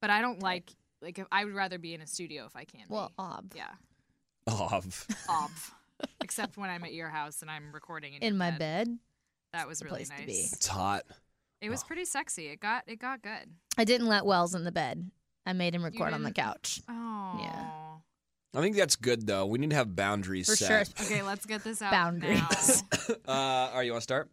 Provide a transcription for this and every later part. But I don't like like if, I would rather be in a studio if I can. Well, uh, be. ob. yeah, Of ob. Except when I'm at your house and I'm recording in, In your my bed. That was the really place to be. nice. it's hot. It was Oh. pretty sexy. It got it got good. I didn't let Wells in the bed. I made him record on the didn't? couch. Oh I think that's good though. We need to have boundaries For sure. set. Okay, let's get this out. Boundaries. now. Uh, all right, you want to start?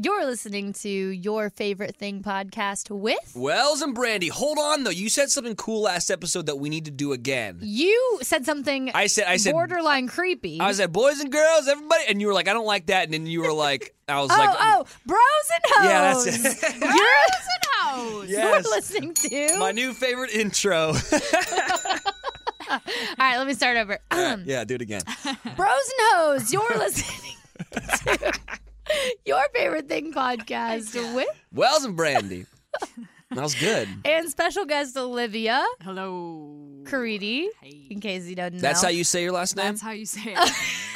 You're listening to Your Favorite Thing podcast with. Wells and Brandy, hold on though. You said something cool last episode that we need to do again. You said something I said, I said, borderline creepy. I was like, boys and girls, everybody, and you were like, I don't like that, and then you were like, I was oh, like, oh, bros and hoes. yeah, oh, that's it. You're, House. yes, you're listening to. my new favorite intro. All right, let me start over. Um. yeah, do it again. Bros and hoes, you're listening to Your Favorite Thing podcast with Wells and Brandy. That was good. and special guest Olivia Hello. Caridi. Hey. In case you don't know, That's how you say your last name. That's how you say it.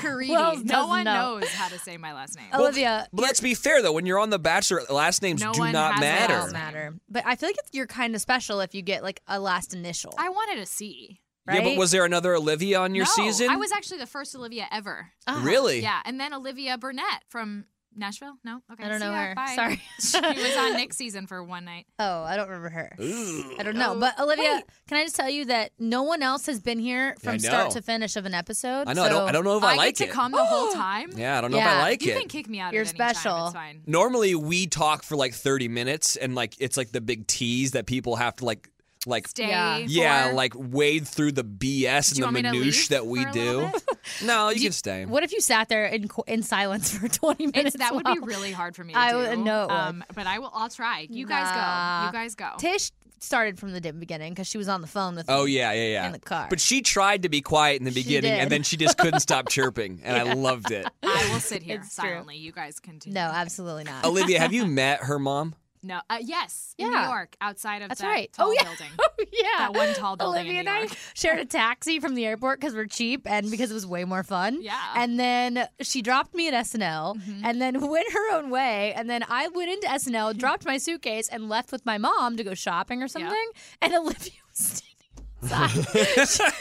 Caridi. no Wells doesn't one know. Oh. knows how to say my last name. Well, Olivia. But let's be fair though. When you're on The Bachelor, last names No do one not has a matter. last Doesn't matter, but I feel like it's, you're kind of special if you get like a last initial. I wanted a C. Yeah, but right? was there another Olivia on your No, season? I was actually the first Olivia ever. Ah, really. Yeah, and then Olivia Burnett from Nashville. No, okay, I don't see know ya, her. Bye. Sorry. she was on Nick's season for one night. Oh, I don't remember her. Ooh. I don't know. Oh, But Olivia, wait. can I just tell you that no one else has been here I from start know. to finish of an episode? I know. I don't. so I don't know if Oh, I, like get to it. come the whole time. yeah, I don't know if Yeah. I like you it. can kick me out. You're at any time, special. It's fine. Normally we talk for like 30 minutes, and like it's like the big tease that people have to like like Stay. Yeah. for- yeah like wade through the BS Do you and want me to the minutiae leave that we for a do. little bit? No, you, You- can stay. What if you sat there in qu- in silence for 20 minutes? It's, that would while- be really hard for me. To I do. um, would- no, it would. but I will. I'll try. You guys go. Nah. You guys go. Tish started from the di- beginning because she was on the phone with Oh me yeah, yeah, yeah. in the car. But she tried to be quiet in the She beginning, and did. then she just couldn't stop chirping, and I loved it. I will sit here It's true. silently. You guys continue. no, absolutely not. Olivia, have you met her mom? No. Uh, yes. In New Yeah. York, outside of That's that right. tall Oh, yeah. building. yeah. That one tall building in Olivia New and I York. shared a taxi from the airport because we're cheap and because it was way more fun. Yeah. Mm-hmm. And then she dropped me at SNL and then went her own way. And then I went into SNL, dropped my suitcase, and left with my mom to go shopping or something. And Olivia was standing outside.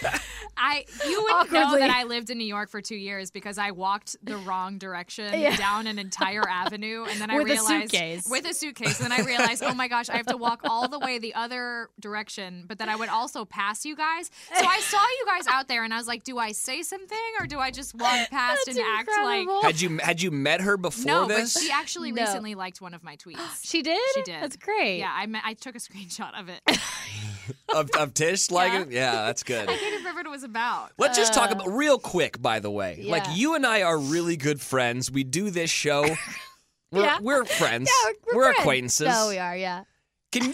I you wouldn't know Awkwardly. that I lived in New York for two years because I walked the wrong direction Yeah. down an entire avenue, and then With a I realized suitcase. with a suitcase. And then I realized, oh my gosh, I have to walk all the way the other direction, but then I would also pass you guys. So I saw you guys out there, and I was like, do I say something or do I just walk past and It's act incredible. like? Had you had you met her before No, this? but she actually No. recently liked one of my tweets. she did? She did. That's great. Yeah, I, me- I took a screenshot of it. of, of Tish like it? Yeah, that's good. I can't remember what it was about. Let's just talk about real quick, by the way. Like Um, Yeah. you and I are really good friends. We do this show. We're, Yeah. we're friends. Yeah, we're, friends. acquaintances. No, we are, yeah. Can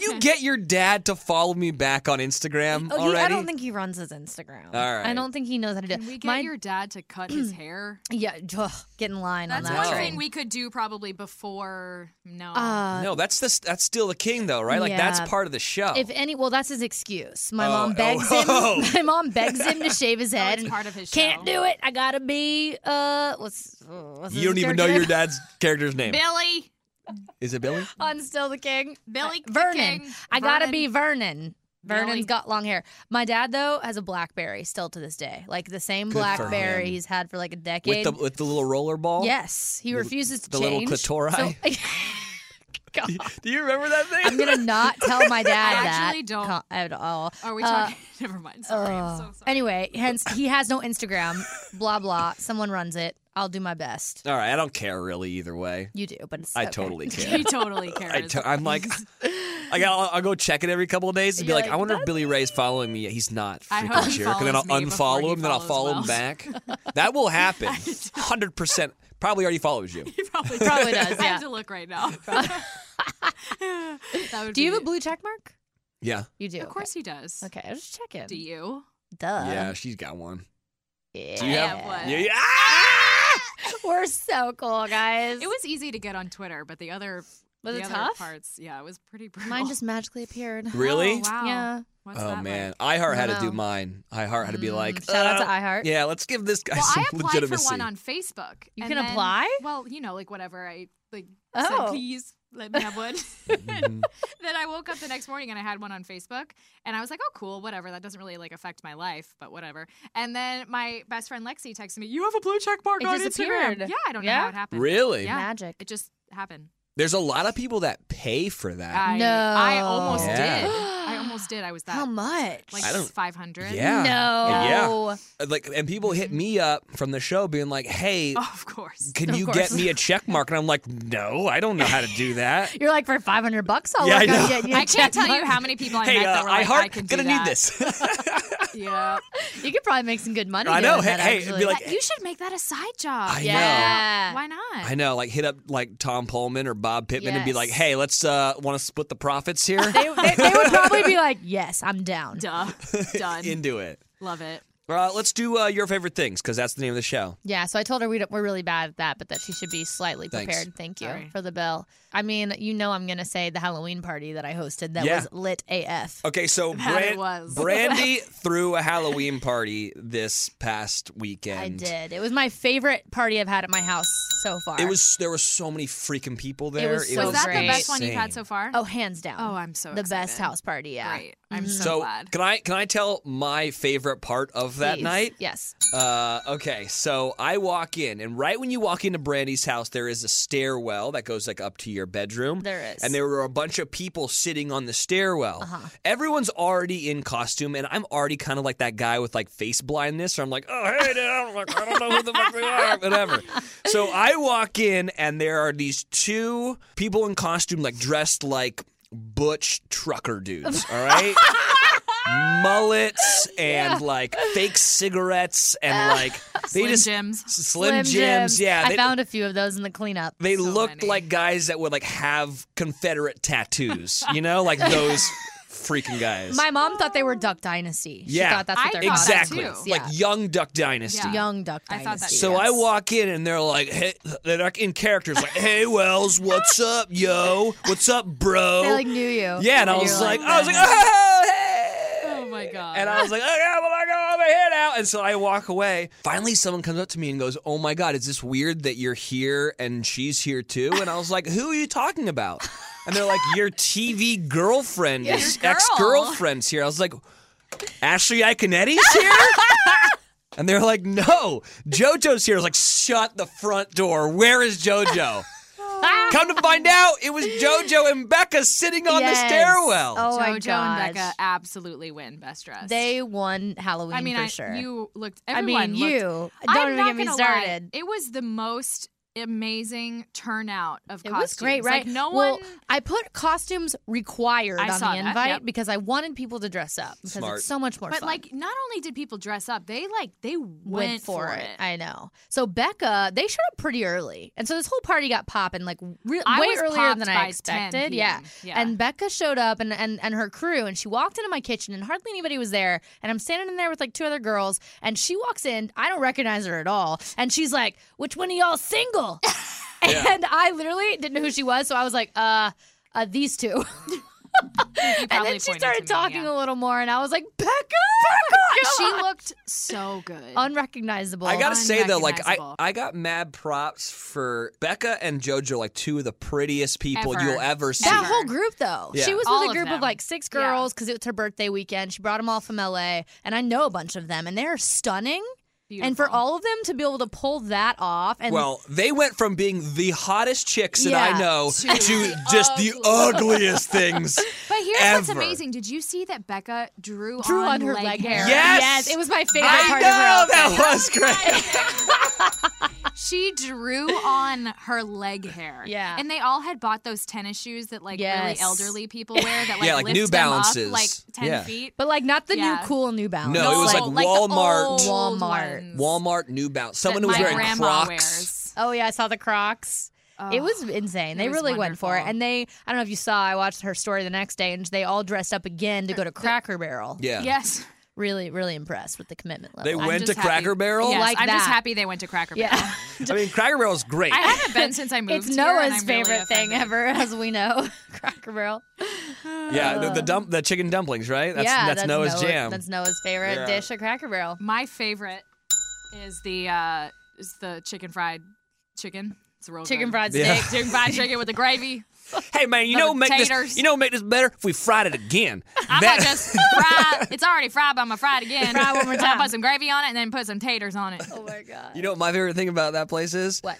you get your dad to follow me back on Instagram Oh, he, already? I don't think he runs his Instagram. All I right. don't think he knows how to do it. Can we get My- your dad to cut his hair? yeah, ugh, get in line That's on that one train. thing we could do probably before. No, Uh, no, that's the, that's still the king though, right? Like Yeah. that's part of the show. If any, well, that's his excuse. My Oh, mom begs oh, whoa. him. My mom begs him to shave his head. it's and part of his Can't show." do it. I gotta be. Uh, what's, uh, what's you his don't even know character your name? dad's character's name. Billy, Is it Billy? on Still the King. Billy Uh, Vernon. King. I gotta Vernon. be Vernon. Billy. Vernon's got long hair. My dad though has a BlackBerry still to this day, like the same Good for BlackBerry him. he's had for like a With decade. the with the little roller ball? yes, he The- refuses to the little change. clitori? So- God. Do you remember that thing? I'm gonna not tell my dad I that actually don't. co- at all. Are we Uh, talking? Never mind. Sorry, I'm so Ugh. sorry. Anyway, hence he has no Instagram. blah blah. Someone runs it. I'll do my best. All right, I don't care really either way. You do, but it's I okay. totally care. he totally cares. I t- I'm like, I got. I'll, I'll go check it every couple of days and be You're like, like, I wonder if "That's Billy Ray's following me. yet. He's not. I Freaking hope he jerk. And then I'll follows me before unfollow he him. Then I'll follows follow him Wells. back. that will happen. Hundred percent. Probably already follows you. he probably, Probably does, I yeah. have to look right now. That would Do you be- have a blue check mark? Yeah. You do. Of course he does. Okay, okay I'll just check it. Do you? Uh, Duh. yeah, she's got one. Yeah. Do you I have? have one. Yeah. yeah. Ah! We're so cool, guys. It was easy to get on Twitter, but the other Was the it other tough? parts, yeah, it was pretty brutal. Mine just magically appeared. Really? Oh, wow. Yeah. What's that Oh like? man, iHeart had to Wow. do mine. iHeart had to Mm, be like, Shout out to uh, iHeart. Yeah, let's give this guy Well, some I applied legitimacy. for one on Facebook. You and can then- apply? Well, you know, like whatever. I like said, Oh. please let me have one. Mm-hmm. then I woke up the next morning and I had one on Facebook and I was like, oh, cool, whatever. That doesn't really like affect my life, but whatever. And then my best friend Lexi texted me, you have a blue check mark It on disappeared. Instagram. Yeah, I don't know Yeah? how it happened. Really? Yeah. Magic. It just happened. There's a lot of people that pay for that. I, No. I almost Uh, Yeah. did. I almost did. I was that. How much? Like I don't- 500. Yeah. No. Like, and people hit Mm-hmm. me up from the show being like, "Hey, Oh, of course. can Of you course. get me a check mark?" And I'm like, "No, I don't know how to do that." You're like for 500 bucks. I'll Yeah, I work know. on getting you. a I can't check tell you mark. how many people I hey, met uh, that were like, iHeart, I can do gonna that. need this. Yeah. You could probably make some good money. I know. doing that, Hey, hey, it'd be actually. like- eh, you should make that a side job. I know. yeah. Why not? I know, like hit up like Tom Pullman or Bob Pittman and be like, Yes. "Hey, let's uh want to split the profits here." They, they, they would probably be like, yes, I'm down. Duh. Done. Into it. Love it. Uh, let's do uh, your favorite things because that's the name of the show. Yeah, so I told her we don't, we're really bad at that, but that she should be slightly Thanks. prepared. Thank you Sorry. for the bell. I mean, you know, I'm going to say the Halloween party that I hosted that Yeah. Oh, was lit AF. Okay, so That it Bran- was. Brandy threw a Halloween party this past weekend. I did. It was my favorite party I've had at my house so far. It was there were so many freaking people there. was so Was that great. the best one you've had insane. so far? oh, hands down. Oh, I'm so the best excited. house party. Yeah, Mm-hmm. Great. I'm so, So glad. can I can I tell my favorite part of that Please. night? Yes. Uh, okay, so I walk in, and right when you walk into Brandy's house, there is a stairwell that goes like up to your bedroom. There is. Uh-huh. and there were a bunch of people sitting on the stairwell. Everyone's already in costume, and I'm already kind of like that guy with like face blindness. So I'm like, oh hey, dude, I don't, like, I don't know who the fuck they are, whatever. So I walk in, and there are these two people in costume, like dressed like butch trucker dudes. All right. mullets and like fake cigarettes and like they Slim just Jims. slim, jims. Yeah, I they, found a few of those in the cleanup. they looked many. like guys that would like have Confederate tattoos. you know, like those freaking guys. my mom thought they were Duck Dynasty. She Yeah. thought that's what I they're thought that exactly, too. Yeah. like young Duck Dynasty. Yeah. Young Duck I Dynasty. thought that So Yes. I walk in and they're like, hey, they're like in characters like, "Hey Wells, what's up, yo? What's up, bro?" They like knew you. yeah, and I You're was like, like, I was like, "Oh, hey!" Oh my god. And I was like, "Oh, okay, well, I go over here now. And so I walk away. Finally, someone comes up to me and goes, oh my God, is this weird that you're here and she's here too? And I was like, who are you talking about? And they're like, your TV girlfriend, Your is girl. ex girlfriend's here. I was like, Ashley Iconetti's here? and they're like, no, JoJo's here. I was like, shut the front door. Where is JoJo? Oh, Come to find out, it was JoJo and Becca sitting on Yes. the stairwell. Oh my JoJo and Becca gosh. absolutely win best "Oh, dress. They won Halloween I mean, for I, sure. you looked. I Everyone mean, you. Looked, Don't I'm even not get me gonna started. Lie. It was the most amazing turnout of It costumes. was great, right? Like no well, one. I put costumes required I on saw the that, invite yep. because I wanted people to dress up because Smart. it's so much more But fun. like, not only did people dress up, they like they went, went, for, it. I know. So Becca, they showed up pretty early, and so this whole party got popping like re- I way was earlier popped than by I 10 expected. p.m. Yeah. Yeah. And Becca showed up and, and and her crew, and she walked into my kitchen, and hardly anybody was there. And I'm standing in there with like two other girls, and she walks in. I don't recognize her at all, and she's like, "Which one of y'all single?" And I literally didn't know who she was, so I was like, "Uh, uh these two. You And probably then she pointed to started me, talking yeah. a little more, and I was like, "Becca, Becca, She looked so good. unrecognizable." I gotta say though, like I, unrecognizable. I got mad props for Becca and JoJo, like two of the prettiest people Ever. you'll ever see. That Ever. whole group, though. Yeah. She was All with of a group them. of, like six Yeah. girls because it was her birthday weekend. She brought them all from LA, and I know a bunch of them, and they are stunning. And for Beautiful. all of them to be able to pull that off, and Well, they went from being the hottest chicks that I Yeah. know To to, the just the ugliest things. But here's what's ever. amazing. Did you see that Becca drew, drew on, on her leg hair. Yes! it was my favorite I know part of her. outfit. that was great. She drew on her leg hair. Yeah. And they all had bought those tennis shoes that like Yes. really elderly people wear that like, Yeah, like lift New them up, Balances. like 10 Yeah. feet. But like not the Yeah. new cool New Balance. No, it was, like, the Walmart. old Walmart. ones Walmart, New Balance. Someone that who was my wearing grandma Crocs. Wears. Oh yeah, I saw the Crocs. It was insane. They was really went for it. wonderful. And they, I don't know if you saw, I watched her story the next day and they all dressed up again to go to Cracker Barrel. Yeah. Yes. Really, really impressed with the commitment level. They I'm went to just happy- Cracker Barrel. Yes, Like I'm just that. happy they went to Cracker Barrel. yeah. I mean, Cracker Barrel's great. I haven't been since I moved It's here, and Noah's I'm really favorite thing offended. ever, as we know. Cracker Barrel. yeah, the, the dump, the chicken dumplings, right? That's, yeah, that's, Noah's Noah- jam. That's Noah's favorite Yeah. dish at Cracker Barrel. My favorite is the uh, is the chicken fried chicken. It's real Chicken good. fried Yeah. steak. Chicken fried chicken with the gravy. Hey man, you know The make this taters. you know make this better if we fried it again. I'm That- gonna just fry. It's already fried, but I'm gonna fry it again. Fry one more I'm gonna time. Put some gravy on it and then put some taters on it. Oh my god. you know what my favorite thing about that place is? What?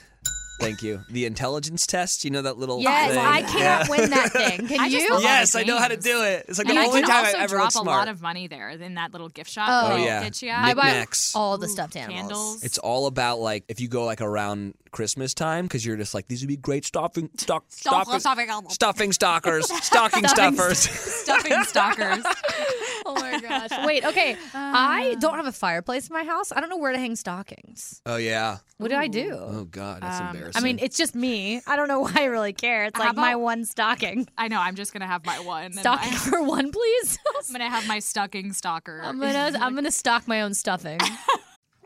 Thank you. The intelligence test. You know that little Yes, thing? I cannot win that thing. Can I you? just love all Yes, the I know how to games. do it. It's like And the I only can time I also ever drop looked a smart. lot of money there in that little gift shop. Oh. that Oh, you yeah. Get you I at. buy Knickknacks. all the stuffed animals. Candles. It's all about like if you go like around Christmas time because you're just like these would be great stuffing stock Stock- stuffing stuffing- stuffing stockers stocking stuffers. Stuffing stalkers. Oh my gosh. Wait, okay. I Ah. don't have a fireplace in my house. I don't know where to hang stockings. oh yeah. What do I do? Oh god, Um, that's embarrassing. I mean, it's just me. I don't know why I really care. It's How like my about- one stocking. I know. I'm just gonna have my one. and my- Stocking for one, please. I'm gonna have my stocking stalker. I'm gonna I'm gonna stock my own stuffing.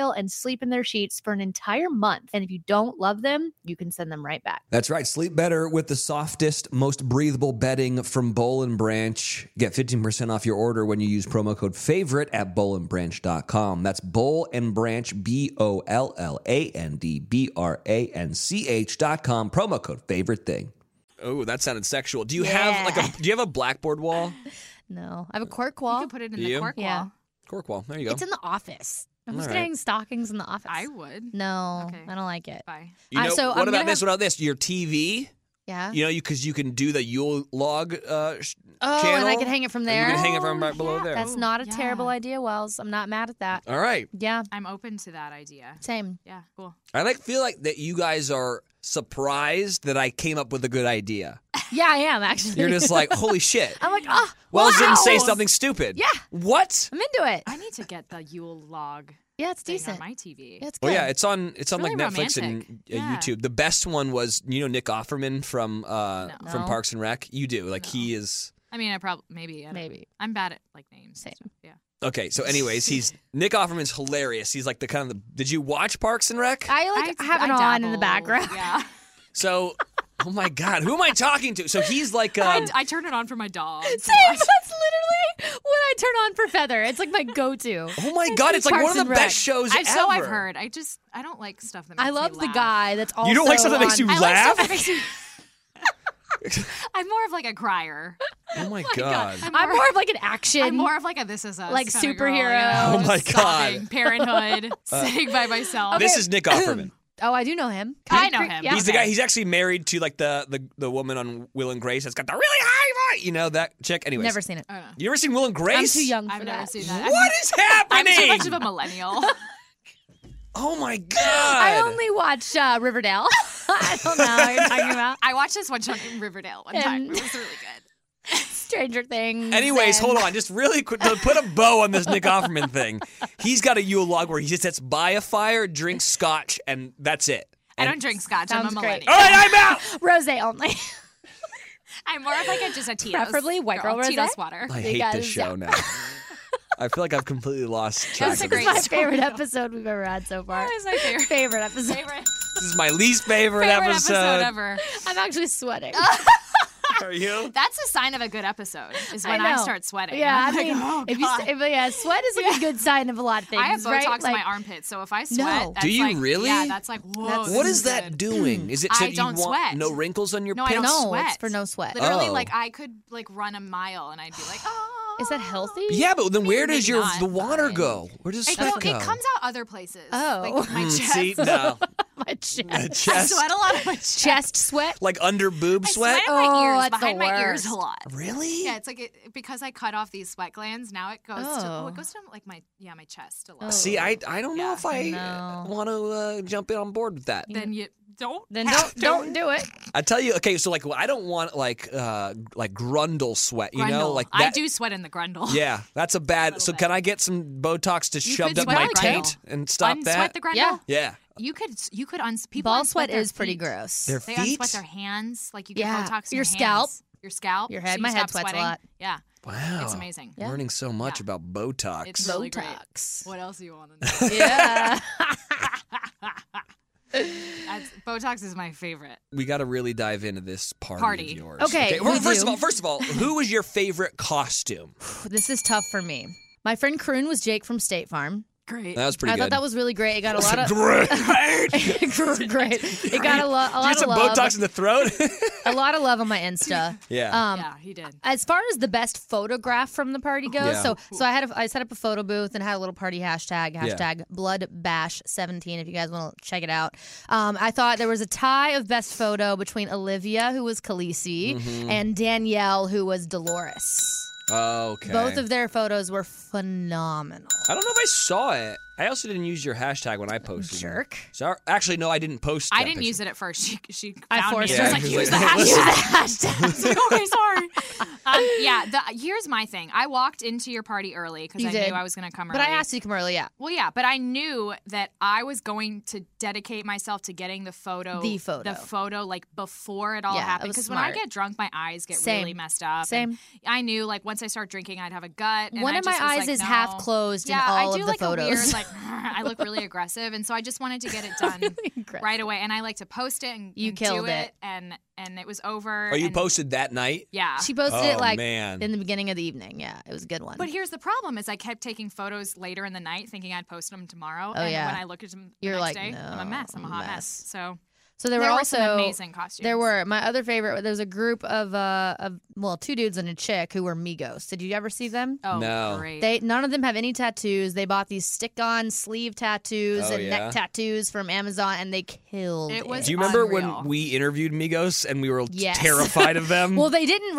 and sleep in their sheets for an entire month. And if you don't love them, you can send them right back. That's right. Sleep better with the softest, most breathable bedding from Bowl and Branch. Get 15% off your order when you use promo code favorite at bowlandbranch.com. That's Bowl and Branch, B O L L A N D B R A N C H.com. Promo code favorite thing. Oh, that sounded sexual. Do you have like a do you have a blackboard wall? No. I have a cork You wall. can put it in Do you? the cork Yeah. wall. Cork wall. There you go. It's in the office. I'm just All gonna right. hang stockings in the office. I would. no, Okay. I don't like it. Bye. you I- know, uh, so what I'm about gonna this? have- What about this? Your TV? Yeah. You know, you because you can do the Yule log uh, sh- Oh, channel. and I can hang it from and there. You can hang it from right below there. That's not a yeah. terrible idea, Wells. I'm not mad at that. All right. Yeah, I'm open to that idea. same. Yeah, cool. I like feel like that you guys are surprised that I came up with a good idea. Yeah, I am actually. You're just like, holy shit. I'm like, oh, Wells didn't say wow. something stupid. Yeah. What? I'm into it. I need to get the Yule log Yeah, it's thing decent. on my TV. Yeah, it's good. Well, yeah, it's on. It's on really like Netflix romantic. and uh, Yeah. YouTube. The best one was you know Nick Offerman from uh, from No. Parks and Rec. You do like he is I mean, I probably maybe I don't- Maybe. I'm bad at like names. Same. so, yeah. okay. So, anyways, he's Nick Offerman's hilarious. He's like the kind of. The, did you watch Parks and Rec? I like have it on in the dabble, background. Yeah. so, oh my god, who am I talking to? So he's like. Um, I, I turn it on for my dog. Same. That's literally what I turn on for Feather. It's like my go-to. oh my god, it's like Parks one of the and Rec. best shows I, ever. so I've heard. I just I don't like stuff that makes me I love the laugh. guy that's also. You don't like something that makes on- you I like stuff Laugh? that makes me. I'm more of like a crier. Oh my god. I'm more of like an action. I'm more of like a this is us Like kinda girl, superhero. yeah. Oh my Just God. Uh, sobbing, Parenthood, sitting by myself. This is Nick Offerman. oh, I do know him. I Kinda know creep- him. Yeah. He's the guy. He's actually married to like the the, the woman on Will and Grace that's got the really high voice. You know that chick. Anyways, Never seen it. I don't know. You ever seen Will and Grace? I'm too young for I've that. never seen that. I'm- What is I'm happening? too much of a millennial. oh my god! I only watch uh, Riverdale. I don't know what you're talking about. I watched this one show in Riverdale one time. It And- was really good. Stranger Things. Anyways, and- hold on. Just really quick to put a bow on this Nick Offerman thing. He's got a Yule log where he just sits by a fire, drinks scotch, and that's it. I And- don't drink scotch. I'm Sounds a great. millennial. All right, I'm out. Rose only. I'm more of like a just a Tito's. Preferably white girl rosé. Tito's water. I hate this Because- show now. I feel like I've completely lost track. That's a of this. great my story, favorite though. episode we've ever had so far. That was my favorite, favorite episode. favorite, This is my least favorite, favorite episode. ever. I'm actually sweating. Are you? That's a sign of a good episode. Is when I, know. start sweating. Yeah, I'm I like, mean, oh, if you, s- God. if, yeah, sweat is like a good sign of a lot of things. I have Botox right? in my Like, armpits, so if I sweat, No. that's Do you like, really? Yeah, that's like whoa. That's- Oh, What this is that good. doing? Is it so I you don't want sweat. no wrinkles on your No, I pants? don't No, sweat. it's for no sweat. Literally, Oh. like I could like run a mile and I'd be like, oh. Is that healthy? Yeah, but then where does maybe your not. the water go? Where does It, sweat go- go? it comes out other places. Oh. like my Mm, chest. See, no. my my chest. I chest, sweat a lot on my chest. Chest sweat. like under boob I sweat. sweat on my Oh, ears, that's the behind my ears a worst. lot. Really? Yeah, it's like it, because I cut off these sweat glands. Now it goes to oh, Oh. it goes to like my yeah my chest a lot. Oh. See, I I don't know Yeah. if I No. want to uh, jump in on board with that. then you don't. Oh. Then have don't to. don't do it. I tell you, okay, so like I don't want like uh like grundle sweat, you know, Grundle. like I that. do sweat in the grundle. Yeah, that's a bad. So can I get some Botox to shove could up sweat my on the taint grundle. and stop unsweat that? the grundle. Yeah. yeah, You could you could uns people Ball unsweat sweat their is pretty feet. gross. their They feet. unsweat their hands. Like you get Yeah. Botox in Your hands, scalp. your scalp, Your head. so you My head stop sweats a sweating. lot. Yeah, wow, it's amazing. Learning so much Yeah. about Botox. It's really great. Botox. What else do you want to know? Yeah. That's- Botox is my favorite. we got to really dive into this party, Party. of yours. Okay, we well, first do. of all, first of all, who was your favorite costume? this is tough for me. My friend Kroon was Jake from State Farm. Great. That was pretty I good. thought that was really great. It got a lot of great. great. It got a, lo- a Do lot of some love. Botox in the throat. A lot of love on my Insta. yeah. Um, yeah, he did. as far as the best photograph from the party goes, Yeah. so so I had a, I set up a photo booth and had a little party hashtag Yeah. hashtag Blood Bash seventeen. If you guys want to check it out, um, I thought there was a tie of best photo between Olivia, who was Khaleesi, Mm-hmm. and Danielle, who was Dolores. okay. Um, Both of their photos were phenomenal. I don't know if I saw it. I also didn't use your hashtag when I posted. it. Jerk. Sorry. Actually, no, I didn't post. I that didn't picture. use it at first. She she found I forced me. her. She was like, She's use the like, hashtag. "Listen." Hashtag. I was like, okay, sorry. Um, yeah, the, here's my thing. I walked into your party early because You I did. knew I was going to come early. But I asked you to come early. Yeah, Well, yeah, but I knew that I was going to dedicate myself to getting the photo, The photo. the photo, like before it all Yeah, it happened. was Because when I smart. get drunk, my eyes get Same. really messed up. Same. And I knew, like, once I start drinking, I'd have a gut. and one I of my just was eyes like, is no. half closed Yeah, in all I do of the like a photos. weird, like, I look really aggressive, and so I just wanted to get it done Aggressive. right away. And I like to post it and You and do killed it. and and it was over. Oh, you and- posted that night. Yeah. She posted it Oh, like man. in the beginning of the evening. Yeah, it was a good one. Mm-hmm. But here's the problem: is I kept taking photos later in the night, thinking I'd post them tomorrow. Oh, and yeah. when I looked at them, the You're next like, day, I'm a no, mess. I'm a hot mess. mess. So so there, were also some amazing costumes. there were my other favorite. There was a group of uh of well two dudes and a chick who were Migos. Did you ever see them? Oh, No. great. They none of them have any tattoos. They bought these stick-on sleeve tattoos Oh, and yeah? neck tattoos from Amazon, and they killed It was- Do you remember Unreal. when we interviewed Migos and we were Yes. terrified of them? Well, they didn't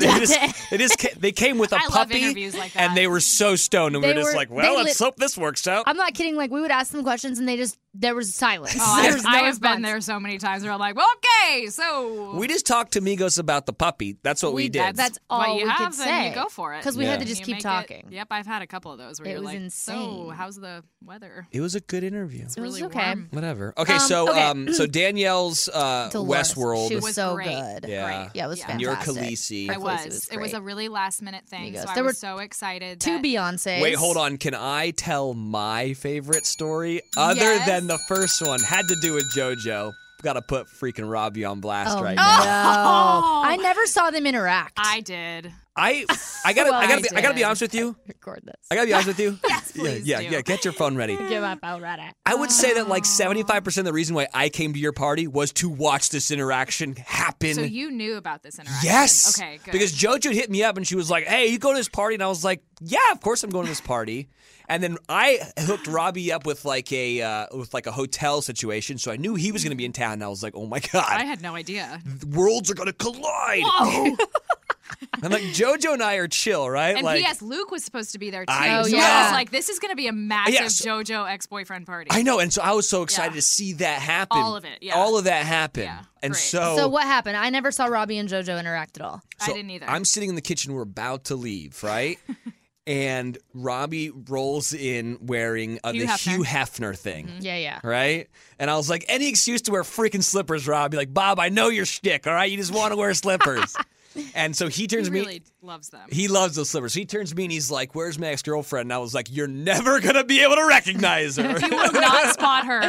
they just, they just ca- they came with a I love puppy interviews like and that. they were so stoned and we They were just were- like, they well, let's lit- hope this works out. I'm not kidding. Like we would ask them questions, and they just there was silence. Oh, I, There have, was no I have response. been there so many times where I'm like, well, okay, so we just talked to Migos about the puppy. That's what we, did. That's all what you we have, could then say. you go for it. 'Cause we had to And just you keep make it- talking. yep, I've had a couple of those where It you're was like, so insane. how's the weather? it was a good interview. It's really okay. warm. Whatever. Okay, Um, so okay. um so Danielle's uh Dolores. Westworld She was, Was so great. good. Yeah. Great. Yeah, it was and you're fantastic. Khaleesi. I Her place was. was It was a great. really last minute thing. Migos. So I There was were so excited. Two that- Beyonces. Wait, hold on. Can I tell my favorite story other Yes. than the first one? Had to do with JoJo. Got to put freaking Robbie on blast Oh, right no. now. I never saw them interact. I did. I I gotta Well, I gotta I be, I gotta be did. honest with you. record this. I gotta be honest with you. Yes, please yeah, yeah, do. yeah. Get your phone ready. Give up already. I would say that like seventy five percent of the reason why I came to your party was to watch this interaction happen. So you knew about this interaction. yes. Okay, good. Because JoJo hit me up and she was like, "Hey, you go to this party?" And I was like, "Yeah, of course I'm going to this party." And then I hooked Robbie up with like a uh, with like a hotel situation, so I knew he was going to be in town. And I was like, "Oh my god, I had no idea. the worlds are going to collide!" Oh, And like JoJo and I are chill, right? and like, P.S. Luke was supposed to be there too. I so I know. was like, this is going to be a massive Yes. JoJo ex-boyfriend party. I know, and so I was so excited Yeah. to see that happen. All of it, yeah. All of that happen. Yeah, and great. so, So what happened? I never saw Robbie and JoJo interact at all. I so didn't either. I'm sitting in the kitchen. We're about to leave, right? and Robbie rolls in wearing uh, Hugh the Hefner. Mm-hmm. Hugh Hefner thing. Yeah, yeah. Right? And I was like, any excuse to wear freaking slippers, Robbie. Like, Bob, I know your shtick, all right? You just want to wear slippers. and so he turns he to me. really loves them. He loves those slippers. He turns to me and he's like, Where's my ex girlfriend? And I was like, You're never going to be able to recognize her. you will not spot her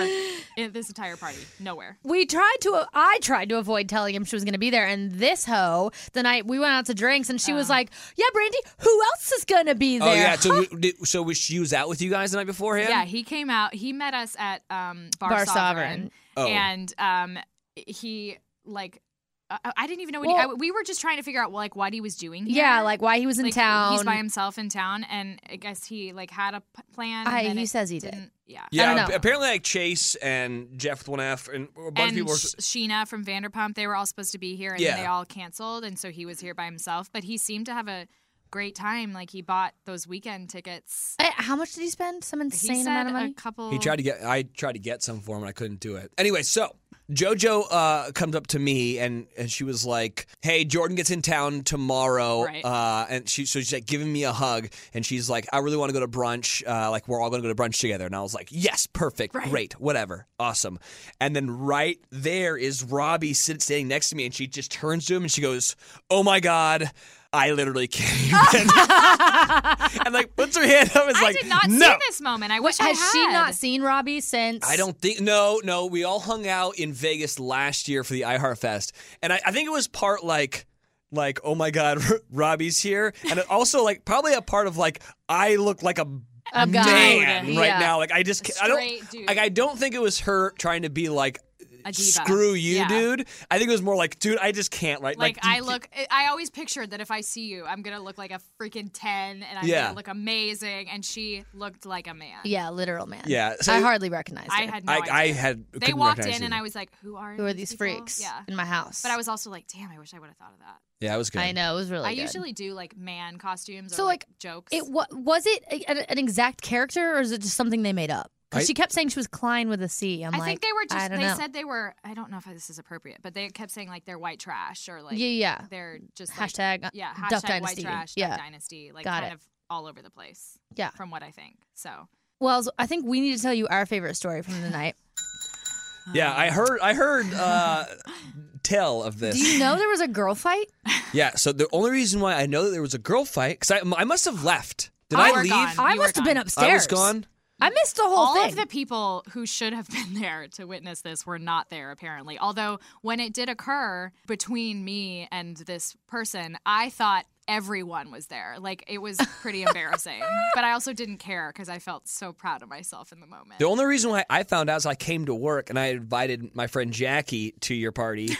in this entire party. Nowhere. We tried to. I tried to avoid telling him she was going to be there. And this hoe, the night we went out to drinks, and she was like, "Yeah, Brandy, who else is going to be there?" oh, yeah. So, you- did- so was she was out with you guys the night beforehand? Yeah, he came out. He met us at um, Bar, Bar Sovereign, Sovereign. Oh. and um, he like I, I didn't even know what he, I, Well- we were just trying to figure out like what he was doing. Here. Yeah, like why he was in Like, town. He's by himself in town, and I guess he like had a p- plan. and I- then he it says he did. didn't, Yeah. Yeah, don't know. ap- apparently like Chase and Jeff with one F and a bunch of And people. Were, Sh- Sheena from Vanderpump, they were all supposed to be here, and Yeah. they all canceled, and so he was here by himself. But he seemed to have a great time. Like he bought those weekend tickets. I- eh, how much did he spend? Some He insane said amount of a money. couple. he tried to get. I tried to get some for him, and I couldn't do it. Anyway, so JoJo uh, comes up to me, and and she was like, "Hey, Jordan gets in town tomorrow," Right. uh, and she so she's like giving me a hug, and she's like, "I really want to go to brunch. Uh, like we're all going to go to brunch together." And I was like, "Yes, perfect, great, whatever, awesome." And then right there is Robbie sit, standing next to me, and she just turns to him and she goes, "Oh my god." I literally can't even. and like puts her hand up and is I like, did not no. see this moment. I wish I Has had. she not seen Robbie since? I don't think no, no. We all hung out in Vegas last year for the iHeart Fest, and I, I think it was part like, like oh my god, Robbie's here, and it also like probably a part of like I look like a, A guy. man right Yeah. now. Like I just A I straight don't dude. like I don't think it was her trying to be like. A diva. Screw you, Yeah. dude. I think it was more like, dude, I just can't, right? Like, do- I look, I always pictured that if I see you, I'm gonna look like a freaking ten, and I'm Yeah. gonna look amazing. And she looked like a man. Yeah, literal man. Yeah, so- I hardly recognize. I her. had no I, idea. I had. they couldn't walked recognize in, and you. I was like, "Who are Who are these people? freaks? Yeah, in my house. but I was also like, "Damn, I wish I would have thought of that." Yeah, it was good. I know it was really. I good. usually do like man costumes So, or like, like, jokes. It wa- was it a, an, an exact character or is it just something they made up? I- Because she kept saying she was Klein with a C. I'm I like, think they were just. I don't They know. said they were. I don't know if this is appropriate, but they kept saying like they're white trash or like yeah, yeah. they're just like, Hashtag uh, yeah Duck hashtag Dynasty. white trash Yeah. Duck dynasty like Got kind it. of all over the place. Yeah. from what I think. So Well, I think we need to tell you our favorite story from the night. Yeah, I heard. I heard uh, tell of this. Do you know there was a girl fight? Yeah. So the only reason why I know that there was a girl fight because I, I must have left. Did Oh I, You were leave? gone. I You were must have been gone. upstairs. I was gone. I missed the whole all thing. of the people who should have been there to witness this were not there apparently although when it did occur between me and this person i thought everyone was there like it was pretty embarrassing but i also didn't care because i felt so proud of myself in the moment The only reason why I found out is I came to work and I invited my friend Jackie to your party,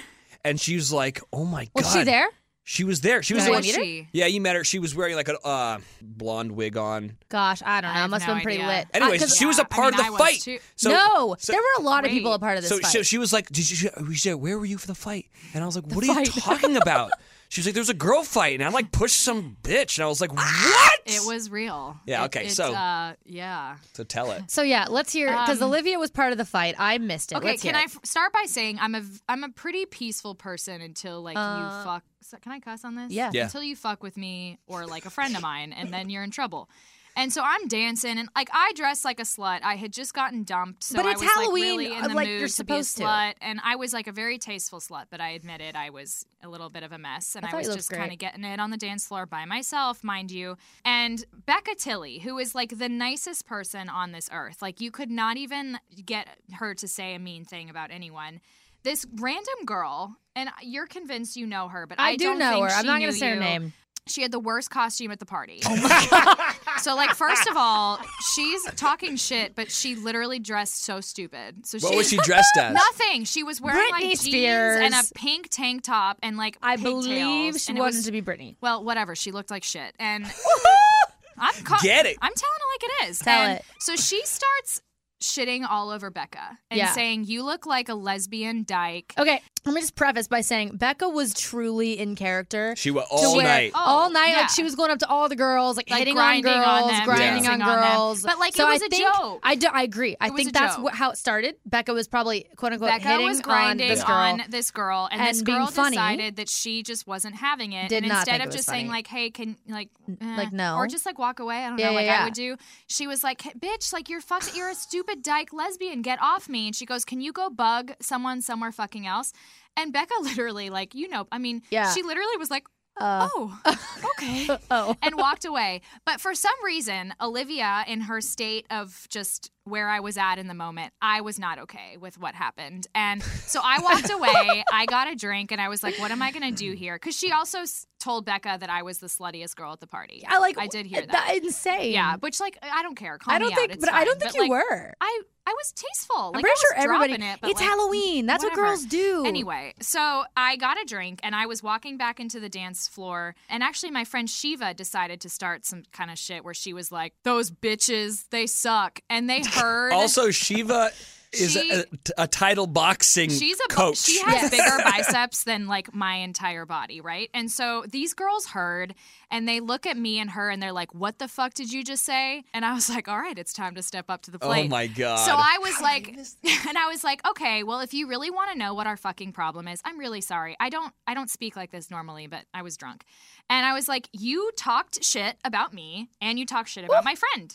and she was like, "Oh my god." was she there? She was there. She was Who the Did I one. was meet her? she? Yeah, you met her. She was wearing like a uh, blonde wig on. Gosh, I don't I know. have It must no have been pretty idea. lit. I- Anyways, Uh, 'cause- she was a Yeah, I part mean, I of the was fight. too. So no, so- there were a lot of people Wait. a part of this So, fight. so she was like, "Did you?" We said, "Where were you for the fight?" And I was like, "What are you talking about?" She was like, "There's a girl fight," and I like pushed some bitch, and I was like, "What?" it was real Yeah, It- okay, it's, so- uh, yeah So tell it. So yeah, let's hear because Um, Olivia was part of the fight. I missed it. Okay, Let's can hear I it. f- start by saying I'm a v- I'm a pretty peaceful person until like Uh, you fuck. so- Can I cuss on this? Yeah. Yeah. Until you fuck with me or like a friend of mine, and then you're in trouble. And so I'm dancing, and like I dress like a slut. I had just gotten dumped, so But I it's was Halloween, like really in uh, the like, mood you're to be a supposed to. slut. And I was like a very tasteful slut, but I admitted I was a little bit of a mess, and I I, thought was you looked just great. kind of getting it on the dance floor by myself, mind you. And Becca Tilly, who is like the nicest person on this earth, like you could not even get her to say a mean thing about anyone. This random girl, and you're convinced you know her, but I, I, do don't know think her. I'm she not going knew to say her you. name. Oh She had the worst costume at the party. so, like, first of all, she's talking shit, but she literally dressed so stupid. So What she was she dressed as? Nothing. She was wearing Britney like Spears. jeans and a pink tank top and like I pigtails, believe she and it wanted to be Britney. well, whatever. She looked like shit, and I'm ca- Get it. I'm telling it like it is. Tell And it. So she starts shitting all over Becca and Yeah. Oh, saying, "You look like a lesbian dyke." Okay, let me just preface by saying Becca was truly in character. She went to all where- night. all Oh, night. yeah. Like she was going up to all the girls, like, Like, hitting grinding on on girls, them, grinding dancing on on them. girls. But, like, it so was I a think, joke. I do. I agree. I It was think a that's joke. what, how it started. Becca was probably quote unquote Becca hitting was on grinding this girl. this girl, and, and this being girl funny. decided that she just wasn't having it. Did and not instead think of it was just saying funny. like, "Hey, can like, eh," like, no. or just like walk away," I don't Yeah, know, like yeah, yeah. I would do. She was like, "Hey, "Bitch, like you're fucking, you're a stupid dyke lesbian. Get off me!" And she goes, "Can you go bug someone somewhere fucking else?" And Becca literally, like, you know, I mean, Yeah. she literally was like, Uh, "Oh, okay." oh, and walked away. But for some reason, Olivia, in her state of just where I was at in the moment, I was not okay with what happened. And so I walked away. I got a drink and I was like, what am I going to do here? Because she also s- told Becca that I was the sluttiest girl at the party. I like. eh, I did hear that. Insane. yeah. Which, like, I don't care. Call I don't me out. think, It's but I fine. don't think But, like, you were. I I was tasteful. I'm like, I pretty was sure everybody. dropping It, but, it's like, Halloween. That's whatever. what girls do. Anyway, so I got a drink and I was walking back into the dance floor. And actually, my friend Shiva decided to start some kind of shit where she was like, Those bitches, they suck. And they heard. Also, Shiva is She- a, a, a title boxing She's a bu- coach. She has Yes. bigger biceps than like my entire body, right? And so these girls heard and they look at me and her and they're like, "What the fuck did you just say?" And I was like, "All right, it's time to step up to the plate." oh my god! So I was like, and I was like, okay, well, if you really want to know what our fucking problem is, I'm really sorry. I don't, I don't speak like this normally, but I was drunk, and I was like, you talked shit about me, and you talked shit about my friend.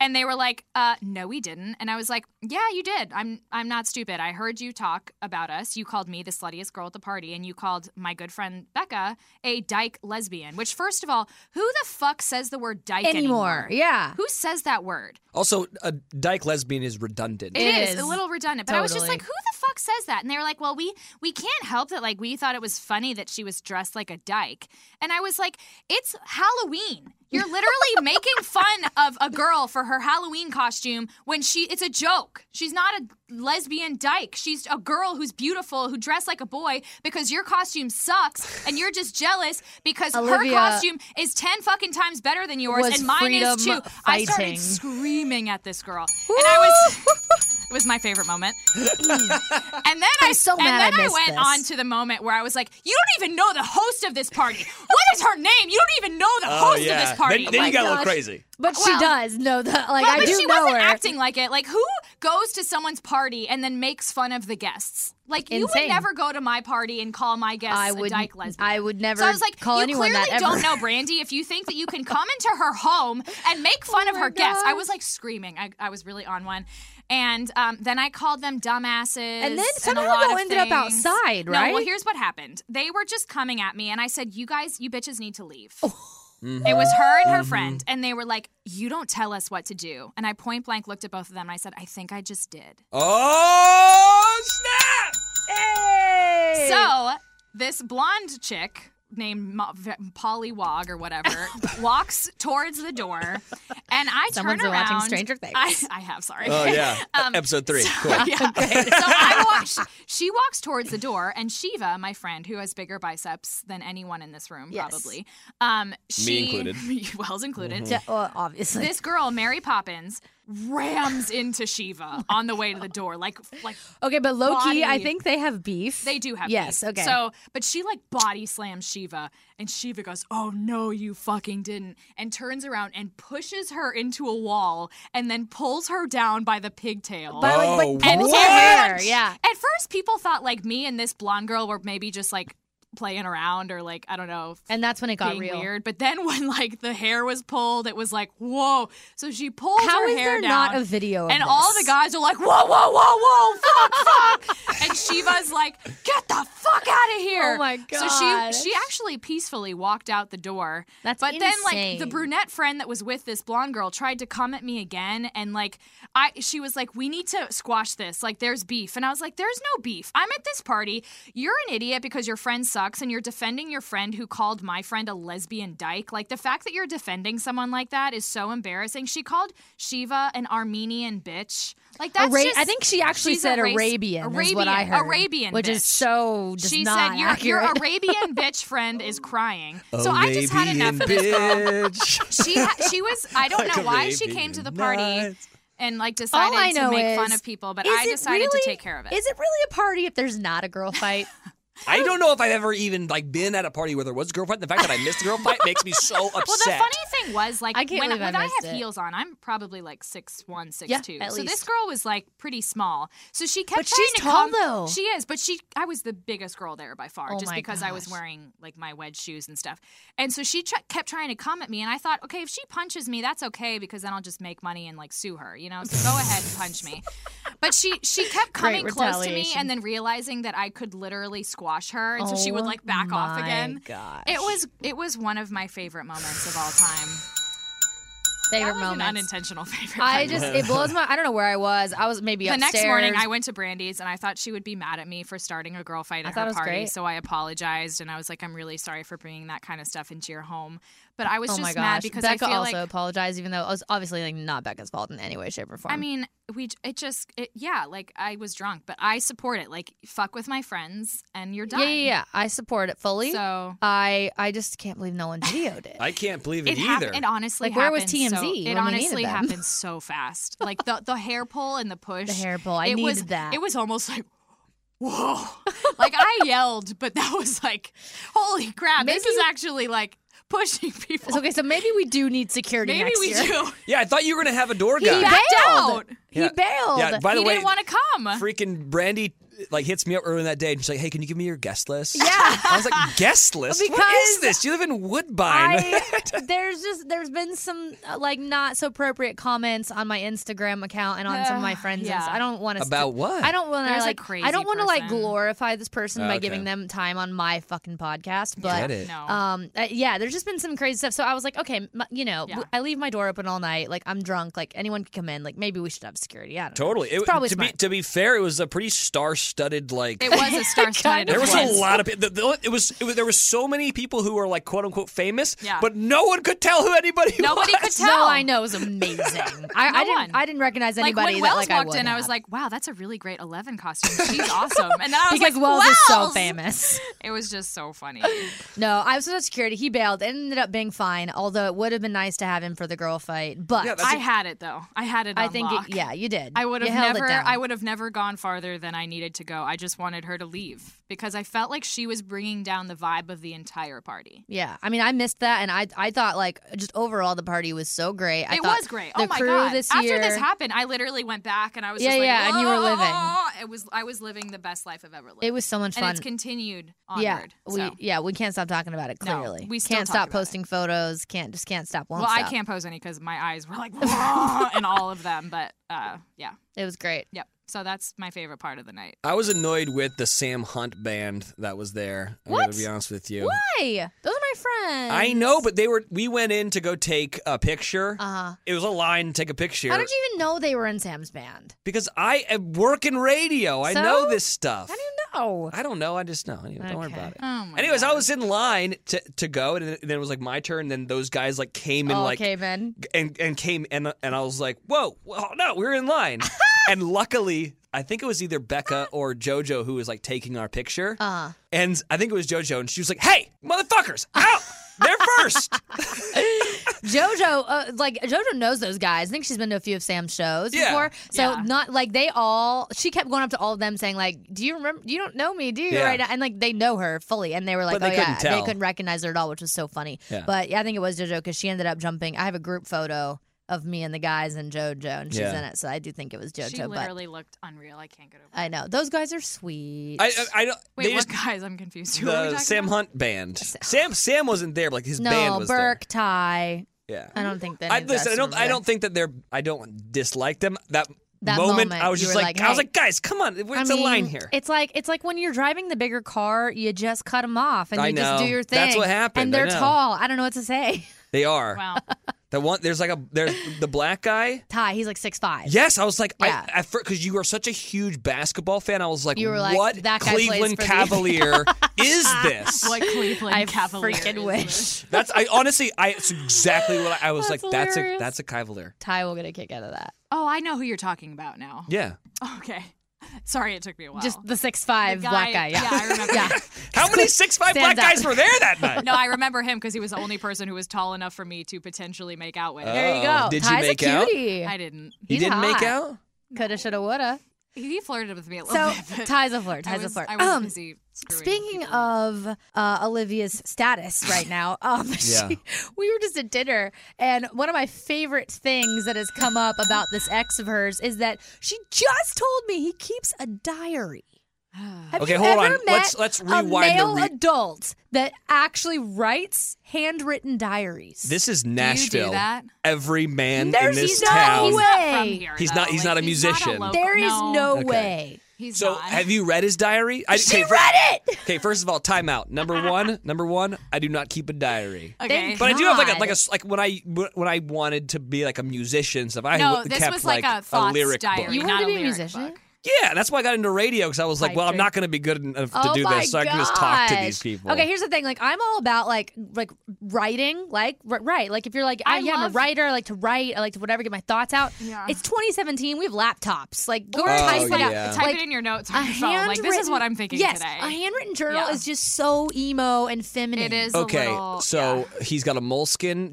And they were like, uh, no, we didn't. And I was like, yeah, you did. I'm I'm not stupid. I heard you talk about us. You called me the sluttiest girl at the party, and you called my good friend Becca a dyke lesbian. Which, first of all, who the fuck says the word dyke anymore. anymore? Yeah. Who says that word? also a dyke lesbian is redundant. It It is. a is. little redundant. But I was just Totally. like, who the fuck says that? And they were like, well, we we can't help that. Like, we thought it was funny that she was dressed like a dyke. And I was like, it's Halloween. You're literally making fun of a girl for her Halloween costume when she it's a joke. She's not a lesbian dyke. She's a girl who's beautiful who dressed like a boy because your costume sucks and you're just jealous because her Olivia costume is 10 fucking times better than yours was and mine freedom is too. I started fighting. screaming at this girl. And I was it was my favorite moment. and then i Mm. I'm so and mad then I I, missed went this. on to the moment where I was like, "You don't even know the host of this party. What is her name? You don't even know the Oh host yeah. of this party." Oh Then, then Like, you got a little gosh. crazy. But Well- she does know that. Like well, I but do she know wasn't her. acting like it. Like who goes to someone's party and then makes fun of the guests? Like you would Insane. never go to my party and call my guests I a would. dyke lesbian. I would never so I was like, call you anyone clearly that ever. don't know Brandy if you think that you can come into her home and make Oh fun of my her guests. I gosh. was like screaming. I, I was really on one. And um, then I called them dumbasses. And then a somehow lot they of ended up things. outside, No, well, right? here's what happened. They were just coming at me, and I said, "You guys, you bitches need to leave." Oh. It was her and her friend, and they were like, "You don't tell us what to do." And I point blank looked at both of them, and I said, "I think I just did." Oh snap! So this blonde chick named Mo- V- Polly Wog or whatever Oh, walks towards the door, and I Someone's turn watching around. Stranger Things. I, I have, sorry. Oh yeah. Um, Episode three. Cool. yeah. So I walks. She walks towards the door, and Shiva, my friend, who has bigger biceps than anyone in this room, Yes. probably. Um, she, included. Mm-hmm. Wells included. Yeah, well, obviously. This girl, Mary Poppins, rams into Shiva on the way to the door, like like okay, but low key, I body- think they have beef. they do have Yes. beef. Okay. So, but she like body slams Shiva, and Shiva goes, "Oh no, you fucking didn't!" and turns around and pushes her into a wall, and then pulls her down by the pigtail. But, like, Oh, but pulls her what? hair, Yeah. At first, people thought like me and this blonde girl were maybe just like playing around or like I don't know. and that's when it got being real. weird, but then when like the hair was pulled, it was like whoa. So she pulled How her is hair there down, not a video? Of and all the this? guys are like, whoa, whoa, whoa, whoa, fuck, fuck. And Shiva's like, get the fuck out of here. Oh my So gosh. she she actually peacefully walked out the door. That's but then like the insane. brunette friend that was with this blonde girl tried to come at me again and like I she was like, We need to squash this. Like there's beef. And I was like, There's no beef. I'm at this party. You're an idiot because your friend sucks and you're defending your friend who called my friend a lesbian dyke. Like the fact that you're defending someone like that is so embarrassing. She called Shiva an Armenian bitch. Like that's Ara- just, I think she actually she's said a race- Arabian, is what I Arabian- heard. Arabian Which bitch. is so just she not said your, your accurate. Arabian bitch friend is crying. So I just had enough of this girl. bitch. She ha- she was I don't know why she came to the party Arabian and like decided I to know make fun is, of people, but Is I it decided to really- take care of it. Is it really a party if there's not a girl fight? I don't know if I've ever even like been at a party where there was a girl fight. The fact that I missed the girl fight makes me so upset. well, the funny thing was, like, I can't when, believe I when I missed have it. heels on, I'm probably like six one, six two. Yeah, at So this least. girl was like pretty small. So she kept But trying she's to tall, come. though. She is, but she I was the biggest girl there by far, Oh just my because I was gosh. wearing like my wedge shoes and stuff. And so she tr- kept trying to come at me, and I thought, okay, if she punches me, that's okay because then I'll just make money and like sue her, you know. So go ahead and punch me. But she she kept coming close to me, retaliation. and then realizing that I could literally squash her, and so she would Oh like back off my again. gosh. It was it was one of my favorite moments of all time. They That were was an moments. unintentional favorite. I moment. just it blows my. I don't know where I was. I was maybe the upstairs. next morning I went to Brandy's and I thought she would be mad at me for starting a girl fight at I thought her it was party, great. so I apologized and I was like, I'm really sorry for bringing that kind of stuff into your home. But I was oh just my gosh. mad because Becca I feel also like apologized, even though it was obviously like not Becca's fault in any way, shape, or form. I mean, we j- it just it, yeah, like I was drunk, but I support it. Like fuck with my friends and you're done. yeah, yeah, yeah. I support it fully. So I I just can't believe no one videoed it. I can't believe it, it either. happened. It honestly Like, where was happened so- TMZ when we it needed honestly them? happened so fast. Like the the hair pull and the push. the hair pull. I it needed was that. It was almost like. Whoa! Like I yelled, but that was like, holy crap! this Maybe- is actually like pushing people. So, okay, so maybe we do need security. Maybe next we year. do. yeah, I thought you were gonna have a door He guy. back- bailed. out. He Yeah. bailed. Yeah, by the he way, didn't want to come. freaking Brandy like hits me up earlier that day and she's like, "Hey, can you give me your guest list?" Yeah. I was like, "Guest list? what Because is this? You live in Woodbine." I, there's just there's been some uh, like not so appropriate comments on my Instagram account and on some of my Ugh, friends. yeah. Insta- I don't want to About what? I don't want to There's a like crazy I don't want to like person. glorify this person by Okay. giving them time on my fucking podcast. But Get it. No. um uh, yeah, there's just been some crazy stuff. So I was like, okay, m- you know, Yeah. I leave my door open all night. Like I'm drunk. Like anyone could come in. Like maybe we should have security. I don't know. Totally. It, It's probably to be smart. to be fair, it was a pretty star-studded like. it was a star-studded. there was a event. lot of people. It was, it was there were so many people who were like quote unquote famous, Yeah. but no one could tell who anybody Nobody was. could No, tell. I know it was amazing. I, No I didn't. one. I didn't recognize Like when anybody. that, Wells like, I walked would in, I was have. like, "Wow, that's a really great Eleven costume. She's awesome." And then I was because like, Wells, is so "Wells!" famous. It was just so funny. No, I was with security. He bailed. It ended up being fine, although it would have been nice to have him for the girl fight. But Yeah, that's- I had it though. I had it. I on think, lock. it, yeah, you did. I would You have held it never. down. I would have never gone farther than I needed to go. I just wanted her to leave because I felt like she was bringing down the vibe of the entire party. Yeah, I mean, I missed that, and I I thought like just overall the party was so great. I it thought was great. The oh my crew god! this After year. this happened, I literally went back and I was Yeah, just like, yeah, and you were living. "Whoa!" It was. I was living the best life I've ever lived. it was so much and fun. it's continued onward. yeah, we so. yeah we can't stop talking about it. No, Clearly, we still can't talk stop about it. posting photos. Can't just can't stop. Won't Well, I stop. can't pose any because my eyes were like and all of them. But uh, yeah, It was great. yep. So that's my favorite part of the night. I was annoyed with the Sam Hunt band that was there. I'm What? gonna be honest with you. Hey, those are my friends. I know, but they were. We went in to go take a picture. Uh-huh. It was a line to take a picture How did you even know they were in Sam's band? because I am working radio. I So? know this stuff. How do you know? I don't know. I just know. Anyway, Don't worry Okay. about it. Oh my Anyways, God. I was in line to, to go, and then then it was like my turn. Then those guys like came and oh, like okay, man. and and came and and I was like, whoa, well, no, we're in line. and luckily, I think it was either Becca or JoJo who was like taking our picture, Uh, and I think it was JoJo, and she was like, hey, motherfuckers, out, they're first. JoJo, uh, like JoJo knows those guys. I think she's been to a few of Sam's shows Yeah. before. So Yeah. not like they all. She kept going up to all of them saying like, "Do you remember? You don't know me, do you?" Yeah. Right now, and like they know her fully, and they were like, But they "Oh yeah," couldn't tell. they couldn't recognize her at all, which was so funny. Yeah. But yeah, I think it was JoJo because she ended up jumping. I have a group photo of me and the guys and JoJo, and she's Yeah. in it, so I do think it was She JoJo. But literally looked unreal. I can't get over. it. I know those guys are sweet. I uh, I, I don't. Wait, they what just, guys? I'm confused. Who are we the talking Sam about? Hunt band. Sam Sam wasn't there, but like his band no, was Burke Ty. there. Yeah. I don't think that. I, listen, I don't. I don't think that they're. I don't dislike them. That, That moment, I was you just were like, like, I was hey. like, guys, come on, it's I a line mean, here. It's like it's like when you're driving the bigger car, you just cut them off and I you just do know. your thing. That's what happened. And I they're know. tall. I don't know what to say. They are Wow. the one. There's like a there's the black guy. Ty, he's like six five. Yes, I was like, Yeah. I, at first, because you are such a huge basketball fan, I was like, You were like, what that guy plays Cleveland for the- Cavalier is this? What Cleveland I Cavaliers freaking is wish this? That's I honestly, I it's exactly what I, I was That's like. That's a hilarious. that's a Cavalier. Ty will get a kick out of that. Oh, I know who you're talking about now. Yeah. Okay. Sorry, it took me a while. Just the six five The black guy. Yeah. I remember. Yeah. How many six five black Stands out. guys were there that night? No, I remember him because he was the only person who was tall enough for me to potentially make out with. There you Oh, go. did you Ty's make a out? cutie. I didn't. you he's didn't make hot. out. Coulda, shoulda, woulda. He flirted with me a little So bit. but Ty's a flirt. I Ty's a was, flirt. I was Um, busy. screwing Speaking people. of uh, Olivia's status right now, um, Yeah. she- we were just at dinner, and one of my favorite things that has come up about this ex of hers is that she just told me he keeps a diary. Have Okay, you hold ever on. met Let's- let's rewind the a male re- adult that actually writes handwritten diaries. This is do Nashville. that? Every man There's in this no town. way. From Hey. here, He's though. not- he's Like, not a musician. local- there is no Okay. way. He's So, not. have you read his diary? I, She read it. Okay, first of all, timeout. Number one, number one, I do not keep a diary. Okay. But I do have like a God. like a s- like when I when I wanted to be like a musician and stuff. I no, w- this kept was like, a thoughts lyric diary, book. You not wanted to be a lyric musician? book. Yeah, that's why I got into radio because I was like, well, I'm not going to be good enough to oh do my this, so I can just talk to these gosh. people. Okay, here's the thing. Like, I'm all about like like writing. Like, r- right? Like, if you're like, I, I yeah, I'm a love- writer. I like to write. I like to whatever, get my thoughts out. Yeah. It's 2017. We have laptops. Like, go Or type just it like, out. Oh, yeah. type Like, it in your notes a on your phone. Like this is handwritten- what I'm thinking yes, today. a handwritten journal Yeah. is just so emo and feminine. it is Okay, A little, so uh, he's got a moleskin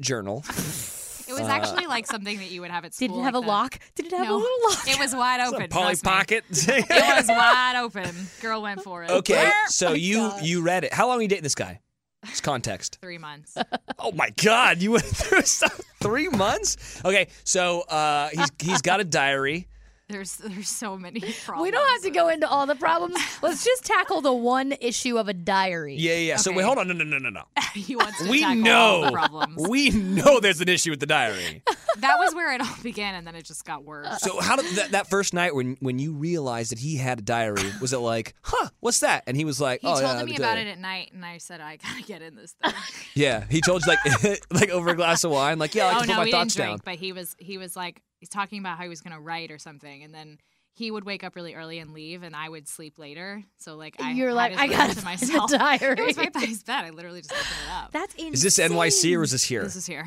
journal. yeah. it was actually like something that you would have at school. Did it have like a that. lock? Did it have a No, little lock? it was wide Oh, It's a open. Polly trust me. Pocket. It was wide open. Girl went for it. okay, Oh so my you God. you read it. How long are you dating this guy? It's context. Three months. Oh my God, you went through stuff three months. Okay, so uh, he's he's got a diary. There's there's so many problems. We don't have to go into all the problems. Let's just tackle the one issue of a diary. Yeah, yeah. yeah. So wait, Okay. hold on. No, no, no, no, no. he wants to We tackle all the know. problems. We know there's an issue with the diary. that was where it all began, and then it just got worse. So how did that, that first night when when you realized that he had a diary was it like, huh, what's that? And he was like, He oh told yeah, me the about diary." it at night, and I said I gotta get in this thing. Yeah, he told you like like over a glass of wine, like yeah, I like oh to put no, my he didn't thoughts drink, down. but he was he was like he's talking about how he was gonna write or something, and then he would wake up really early and leave, and I would sleep later. So like I You're had like, his I room got to to myself. The diary. It was right by his bed. I literally just opened it up. That's insane. Is this NYC or is this here? This is here.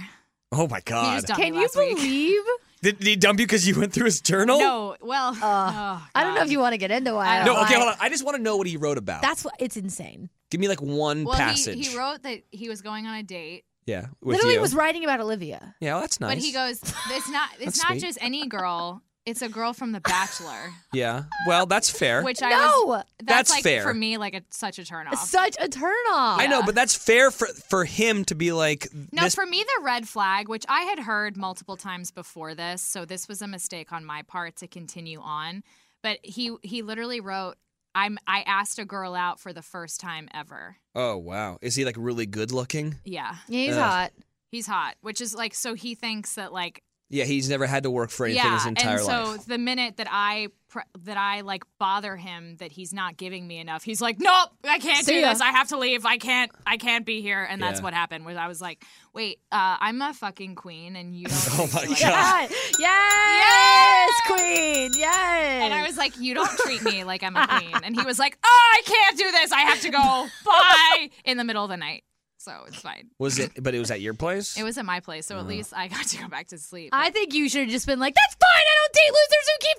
oh my He god! just dumped Can me you last week. believe? Did, did he dump you because you went through his journal? No, well, oh, Uh, I don't know if God. you want to get into I it. don't No. know. Okay, hold on. I just want to know what he wrote about. That's what it's insane. Give me like one Well, passage. He, he wrote that he was going on a date, yeah, with Literally you. was writing about Olivia. yeah, well, that's nice. but he goes, "It's not. It's That's not sweet. just any girl. It's a girl from The Bachelor." yeah, well, that's fair. Which I was. No, That's, That's like fair. for me, like a, such a turn off. such a turnoff. I know, but that's fair for for him to be like. No, this, for me, the red flag, which I had heard multiple times before this, so this was a mistake on my part to continue on. But he he literally wrote, "I'm I asked a girl out for the first time ever." oh wow, is he like really good looking? Yeah, Yeah, he's Ugh. hot. he's hot, which is like so he thinks that like Yeah, he's never had to work for anything yeah, his entire and so life. the minute that I pr- that I like bother him that he's not giving me enough, he's like, "Nope, I can't See do ya." this. I have to leave. I can't. I can't be here." And that's Yeah. what happened. Was I was like, "Wait, uh, I'm a fucking queen, and you don't." Oh treat my me like that." God. Yes, yes, queen, yes. And I was like, "You don't treat me like I'm a queen." And he was like, "Oh, I can't do this. I have to go. Bye." In the middle of the night, so it's fine. Was it? But it was at your place. It was at my place, so at least I got to go back to sleep. I think you should have just been like, "That's fine. I don't date losers who keep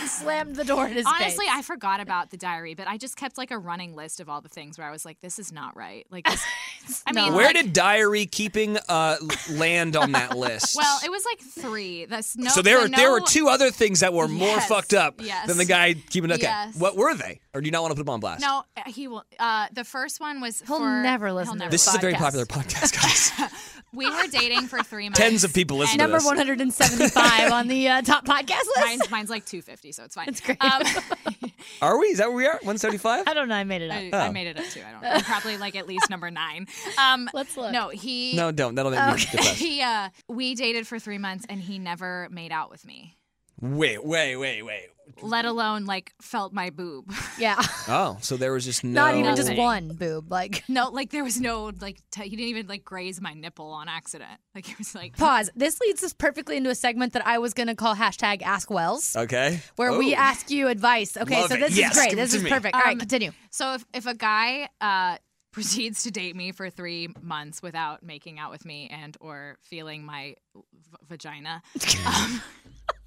and slammed the door in his face. Honestly, I forgot about the diary, but I just kept like a running list of all the things where I was like, "This is not right." Like, this, I mean, not. Where like- did diary keeping uh, l- land on that list? Well, it was like three. That's no. so there the were there were no- two other things that were more Yes, fucked up yes. than the guy keeping. Okay, Yes. what were they? Or do you not want to put them on blast? No, he will. Uh, the first one was He'll for- never listen to never This is a very Podcast. popular podcast, guys. We were dating for three months. Tens of people and- listen to number this. one hundred and seventy-five on the uh, top podcast list. Mine's, mine's like 250, so it's fine. It's great. Um, Are we? Is that where we are? One seventy five. I don't know. I made it up. I, I made it up too. I don't know. I'm probably like at least number nine. Um, Let's look. No, he. No, don't. That'll make me depressed. He, uh, we dated for three months and he never made out with me, Wait, wait, wait, wait. let alone like felt my boob. Yeah, Oh, so there was just no. not even just No. one boob. Like, No, like there was no like t- he didn't even like graze my nipple on accident. Like it was like pause. This leads us perfectly into a segment that I was going to call hashtag Ask Wells, Okay. where we Oh. ask you advice. Okay, Love so it. this Yes, is great. give it This to is me. perfect. All right, Um, continue. so if if a guy uh proceeds to date me for 3 months without making out with me and or feeling my v- vagina. um,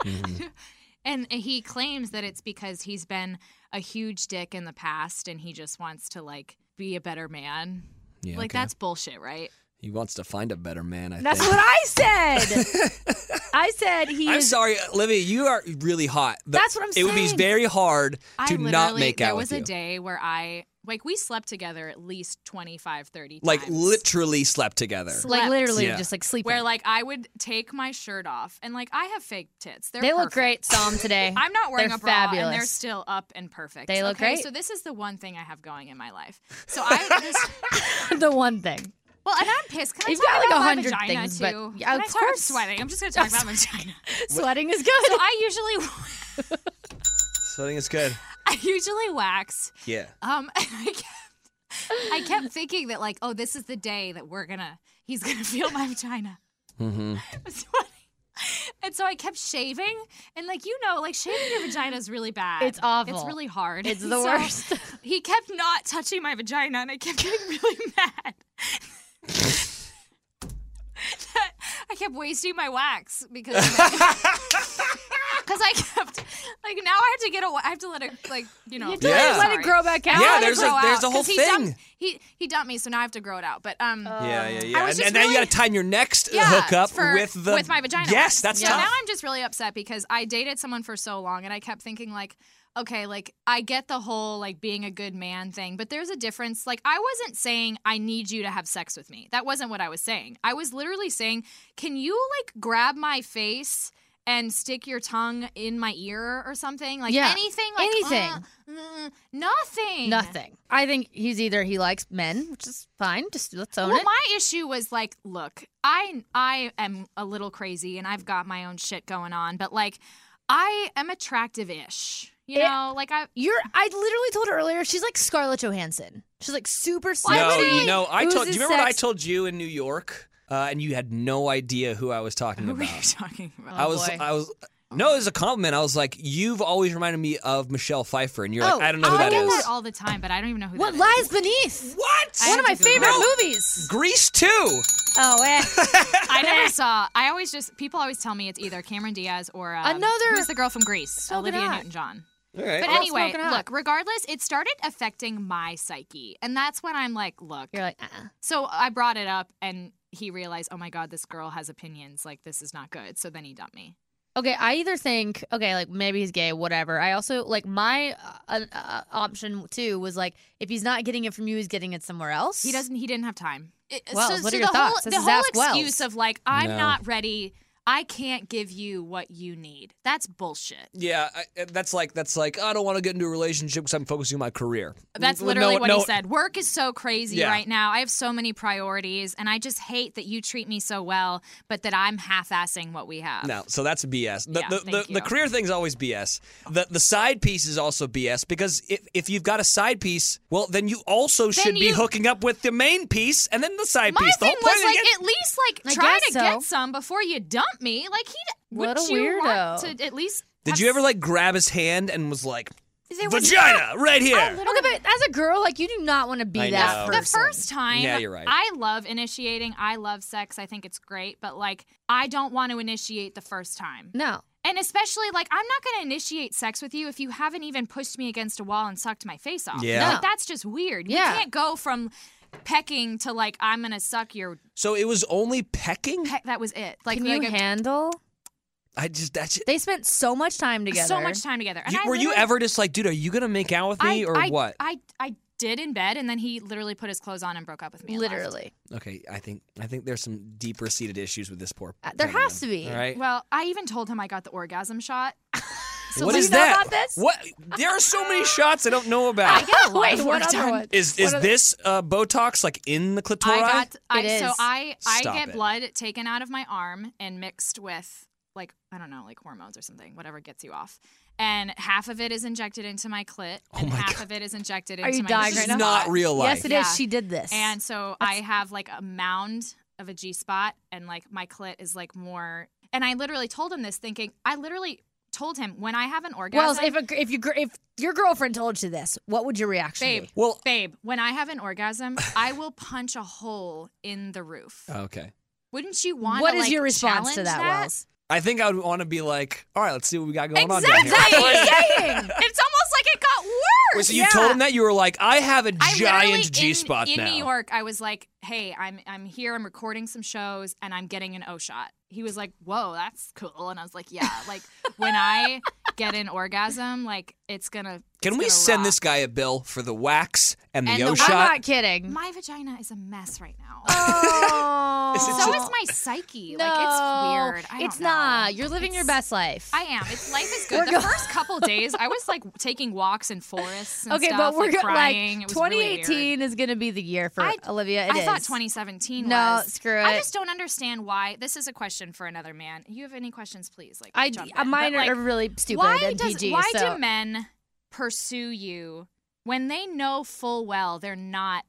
Mm-hmm. and he claims that it's because he's been a huge dick in the past and he just wants to like be a better man. Yeah, like okay. that's bullshit, right? He wants to find a better man. I That's think. what I said. I said he I'm is. sorry, Olivia. You are really hot. The- That's what I'm It would be saying. very hard I to literally not make there out was with a you. day where I like we slept together at least 25 30 Like times. literally slept together. like slept. literally Yeah. just like sleeping. where like I would take my shirt off and like I have fake tits. They're they look perfect. great. Saw them today. I'm not wearing They're a bra and they're fabulous. still up and perfect. They look okay, great. So this is the one thing I have going in my life. So I this, the one thing. well, and I'm pissed. Can I You've talk got, like, about a my hundred vagina things, but- too? yeah, Can of I talk- I'm course. sweating. I'm just gonna talk about my vagina. Sweating is good. So I usually So I think it's good. I usually wax. Yeah. Um, and I kept, I kept thinking that like, oh, this is the day that we're gonna, he's gonna feel my vagina. Mm-hmm. I'm sweating. And so I kept shaving, and like you know, like shaving your vagina is really bad. It's awful. It's really hard. It's the So worst. He kept not touching my vagina, and I kept getting really mad. I kept wasting my wax because because I kept like now I have to get a wa- I have to let it like you know You have to Yeah. let it Oh, grow back out. Yeah, Let it there's a- grow there's out, a whole 'cause he thing. Dumped, he he dumped me, so now I have to grow it out. But um, Yeah, yeah, yeah. was And, just and now you really- got to time your next yeah, hookup for- with the with my vagina. Yes, wax. that's so tough. now I'm just really upset because I dated someone for so long, and I kept thinking like, okay, like I get the whole like being a good man thing, but there's a difference. Like I wasn't saying I need you to have sex with me. That wasn't what I was saying. I was literally saying, can you like grab my face? And stick your tongue in my ear or something like Yeah. anything, like Anything. uh, mm, nothing, Nothing. I think he's either he likes men, which is fine. Just let's own Well, it. my issue was like, look, I I am a little crazy and I've got my own shit going on, but like, I am attractive-ish. You It- know, like I. You're. I literally told her earlier. She's like Scarlett Johansson. She's like super. sexy. no, you know, I told. Do oozes you remember what I sex. told you in New York? Uh, and you had no idea who I was talking What were you about. talking about? I was, boy. I was. No, it was a compliment. I was like, you've always reminded me of Michelle Pfeiffer, and you're Oh, like, I don't know who I that get is. that all the time, but I don't even know who. What that is. lies beneath? What? I One of my have to Google favorite it. movies. Grease too. Oh, eh. I never saw. I always just people always tell me it's either Cameron Diaz or um, Another- Who's the girl from Greece? Smoking Olivia hot. Newton-John. All right. But All anyway, smoking hot. look. Regardless, it started affecting my psyche, and that's when I'm like, look, You're like, uh-uh. So I brought it up, and he realized, oh my god, this girl has opinions. Like this is not good. So then he dumped me. okay. I either think, okay, like maybe he's gay, whatever. I also like my uh, uh, option too was like, if he's not getting it from you, he's getting it somewhere else. He doesn't. He didn't have time. It- Wells, so, what so are your the whole thoughts? This the is whole Ask Wells. excuse of like I'm No. not ready. I can't give you what you need. That's bullshit. Yeah, I, that's like that's like I don't want to get into a relationship because I'm focusing on my career. That's No, literally what no, he said. Work is so crazy Yeah. right now. I have so many priorities, and I just hate that you treat me so well, but that I'm half-assing what we have. No, so that's BS. The, Yeah, the, the, thank the you. career thing's always BS. The the side piece is also BS because if, if you've got a side piece, well, then you also should be you- hooking up with the main piece and then the side My piece. The thing whole was point of like at the- least like I try guess to get so. some before you dump me. Like he What wouldn't a you want weirdo. to at least. Did have you ever like grab his hand and was like, s- there was- Oh, vagina right I here? Okay, literally- but as a girl, like you do not want to be I that know. the person. first time, Yeah, you're right. I love initiating. I love sex. I think it's great, but like I don't want to initiate the first time. No. And especially like I'm not going to initiate sex with you if you haven't even pushed me against a wall and sucked my face off. Yeah. Like, that's just weird. Yeah. You can't go from pecking to like I'm going to suck your So it was only pecking. peck. That was it. Like Can like you a- handle? I just that's. They spent so much time together. so much time together. And You, I were you literally- ever just like, dude, are you gonna make out with me I, or I- what? I, I did in bed, and then he literally put his clothes on and broke up with me. and left. Literally. okay, I think I think there's some deeper seated issues with this poor. Uh, there gentleman. has to be. All right. Well, I even told him I got the orgasm shot. What do is you know that? about this? What? There are so many shots I don't know about. I got a lot Wait, of what work other done. one? Is is this uh, Botox like in the clitoris? I got. I, It so is. I I Stop get it. blood taken out of my arm and mixed with like I don't know like hormones or something, whatever gets you off. And half of it is injected into my clit, Oh and my half God. of it is injected Are into you my. dying this is right now? not real life. Yes, it is. Yeah. She did this. And so I have like a mound of a G spot, and like my clit is like more. And I literally told him this, thinking I literally told him when I have an orgasm. Wells, if a, if you gr- if your girlfriend told you this, what would your reaction babe, be? Well- babe, when I have an orgasm, I will punch a hole in the roof. Okay. Wouldn't you want? what to, is like, your response to challenge that, Wells? I think I would want to be like, all right, let's see what we got going on. down Exactly. here. it's almost like it got worse. Wait, so you told him that you were like, I have a I literally, giant in- G spot in now. New York. I was like, "Hey, I'm I'm here. I'm recording some shows, and I'm getting an O shot." He was like, "Whoa, that's cool," and I was like, "Yeah, like when I get an orgasm, like it's gonna." Can it's we gonna send rock. this guy a bill for the wax and the And O the- I'm shot? I'm not kidding. My vagina is a mess right now. Oh, Is it so is my psyche. Like it's weird. I don't it's know. not. You're living your It's- best life. I am. It's life is We're good. The go- first couple days, I was like taking walks in forests. And okay, stuff, but we're like, go- crying. It like was really weird. 2018 is gonna be the year for I- Olivia. It I thought is. 2017 No, was. screw I it. just don't understand why. This is a question for another man. You have any questions, please? Like, I jump uh, in. mine But, like, are really stupid Why and does PG. why so. do men pursue you when they know full well they're not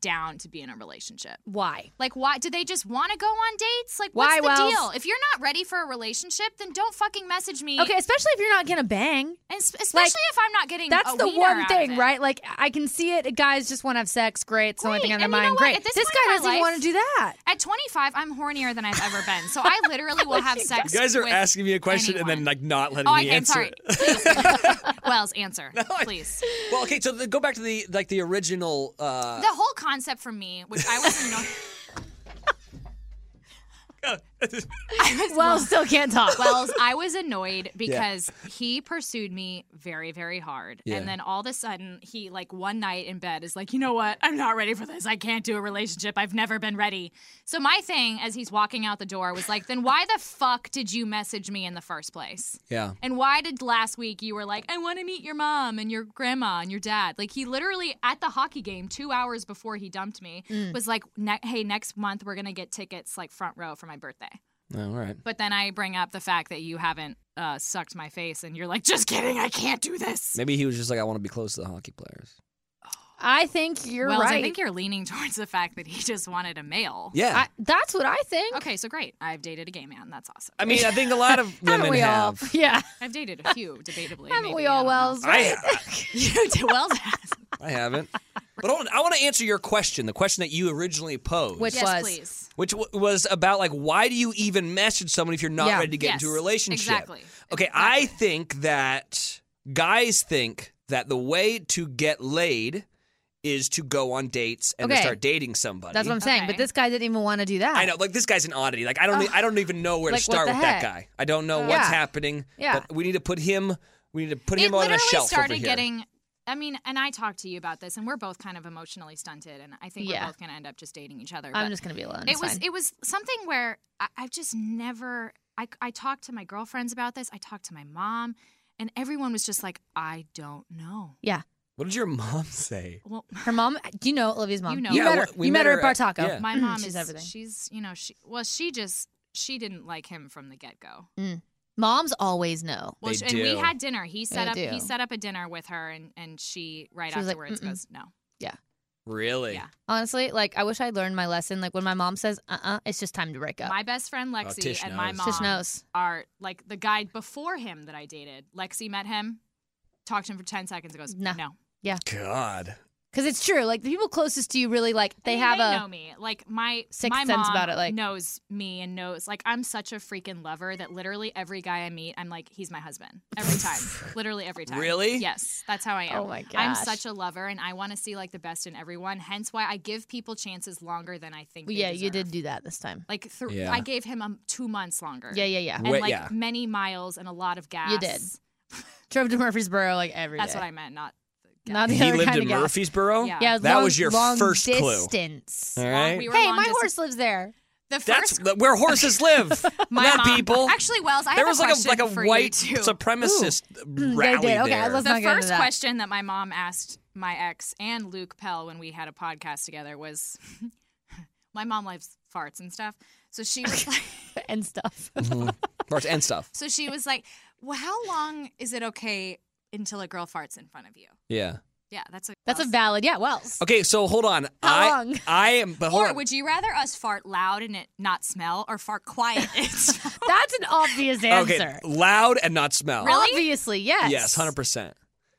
down to be in a relationship. Why? Like, why do they just want to go on dates? Like, what's Why, the Wells? deal? If you're not ready for a relationship, then don't fucking message me. Okay, especially if you're not gonna bang. and s- especially if I'm not getting That's a the wiener one out of thing, it. right? Like I can see it. Guys just want to have sex. Great, it's the only Great, thing on their and you know mind. what? Great. At this point this in guy my doesn't even life- want to do that. At 25, I'm hornier than I've ever been, so I literally will have sex. You guys are with asking me a question and then anyone. like not letting Oh, I me can. answer Sorry. it. Please. Wells, answer, I- please. Well, okay, so the, go back to the like the original. Uh, The whole concept for me, which I wasn't. know- I was Well, still can't talk. Wells, I was annoyed because he pursued me very, very hard. Yeah. And then all of a sudden, he, like, one night in bed is like, you know what? I'm not ready for this. I can't do a relationship. I've never been ready. So, my thing as he's walking out the door was like, then why the fuck did you message me in the first place? yeah. And why did last week you were like, I want to meet your mom and your grandma and your dad? Like, he literally at the hockey game two hours before he dumped me Mm. was like, ne- hey, next month we're going to get tickets like front row for my birthday. Oh, all right. But then I bring up the fact that you haven't uh, sucked my face, and you're like, just kidding, I can't do this. Maybe he was just like, I want to be close to the hockey players. I think you're Wells, right. I think you're leaning towards the fact that he just wanted a male. Yeah. I- that's what I think. Okay, so great. I've dated a gay man. That's awesome. I mean, I think a lot of Haven't women we all? have. Yeah. I've dated a few, debatably. Haven't maybe, we I all, don't know. Wells? I, you did Wells has. I haven't. But hold on, I want to answer your question, the question that you originally posed, Which- Yes, was. please. which w- was about like, why do you even message someone if you're not Yeah. ready to get Yes, into a relationship? exactly. Okay, I think that guys think that the way to get laid is to go on dates and to Okay. start dating somebody. That's what I'm saying. Okay. But this guy didn't even want to do that. I know, like this guy's an oddity. Like I don't, e- I don't even know where Like, to what start the with heck? that guy. I don't know what's Yeah. happening. Yeah. but we need to put him. We need to put It him on literally a shelf started over here. getting. I mean, and I talked to you about this, and we're both kind of emotionally stunted, and I think Yeah. we're both going to end up just dating each other. I'm but- just gonna be alone. it It's was fine. it was something where I, I've just never. I I talked to my girlfriends about this. I talked to my mom, and everyone was just like, "I don't know." what did your mom say? Well, Her mom, do you know Olivia's mom? You know. you Yeah, met we- her. we you met met her at her Bar at- Taco. yeah. my mom She's is everything. She's you know she well she just she didn't like him from the get go. Moms always know. Well, They she- and we do. had dinner. He set They up he do. set up a dinner with her, and and she right She was like, afterwards "Mm-mm." goes no. Really? Yeah. Honestly, like I wish I'd learned my lesson. Like when my mom says, "Uh, "Uh-uh," uh it's just time to break up." My best friend Lexi Tish and my knows. mom Tish knows. are like the guy before him that I dated. Lexi met him, talked to him for ten seconds, and goes No. no. God. Because it's true. Like, the people closest to you really, like, I They mean, have a- know me like my sixth my sense mom about it, like- knows me and knows like I'm such a freaking lover that literally every guy I meet I'm like he's my husband every time literally every time Really? yes that's how I am Oh my gosh. I'm such a lover and I want to see like the best in everyone hence why I give people chances longer than I think they yeah, you deserve. did do that this time. like th- Yeah. I gave him um, two months longer Yeah, yeah, yeah. and Wait, like yeah. many miles and a lot of gas did. Drove to Murfreesboro like every day. that's what I meant not the gas. Not the He other lived kind in of gas. Murfreesboro? Yeah. Yeah, That long- was your long first clue. distance. All Hey, right. we were long my distance- horse lives there. the first That's where horses live. my not mom- people. actually Wells I there have was a like a question like a for you, white too. supremacist rally did. Okay, there. let's- the not get into first that. question that my mom asked my ex and Luke Pell when we had a podcast together was my mom loves farts and stuff. So she was like and stuff. First- and stuff. so she was like, Well, how long is it okay until a girl farts in front of you? Yeah. Yeah, that's a That's a valid. Yeah, Wells. Okay, so hold on. How I long? I am but hold or on. would you rather us fart loud and it not smell or fart quiet and smell? That's an obvious okay, answer. loud and not smell. Really? Obviously, yes. Yes, 100%.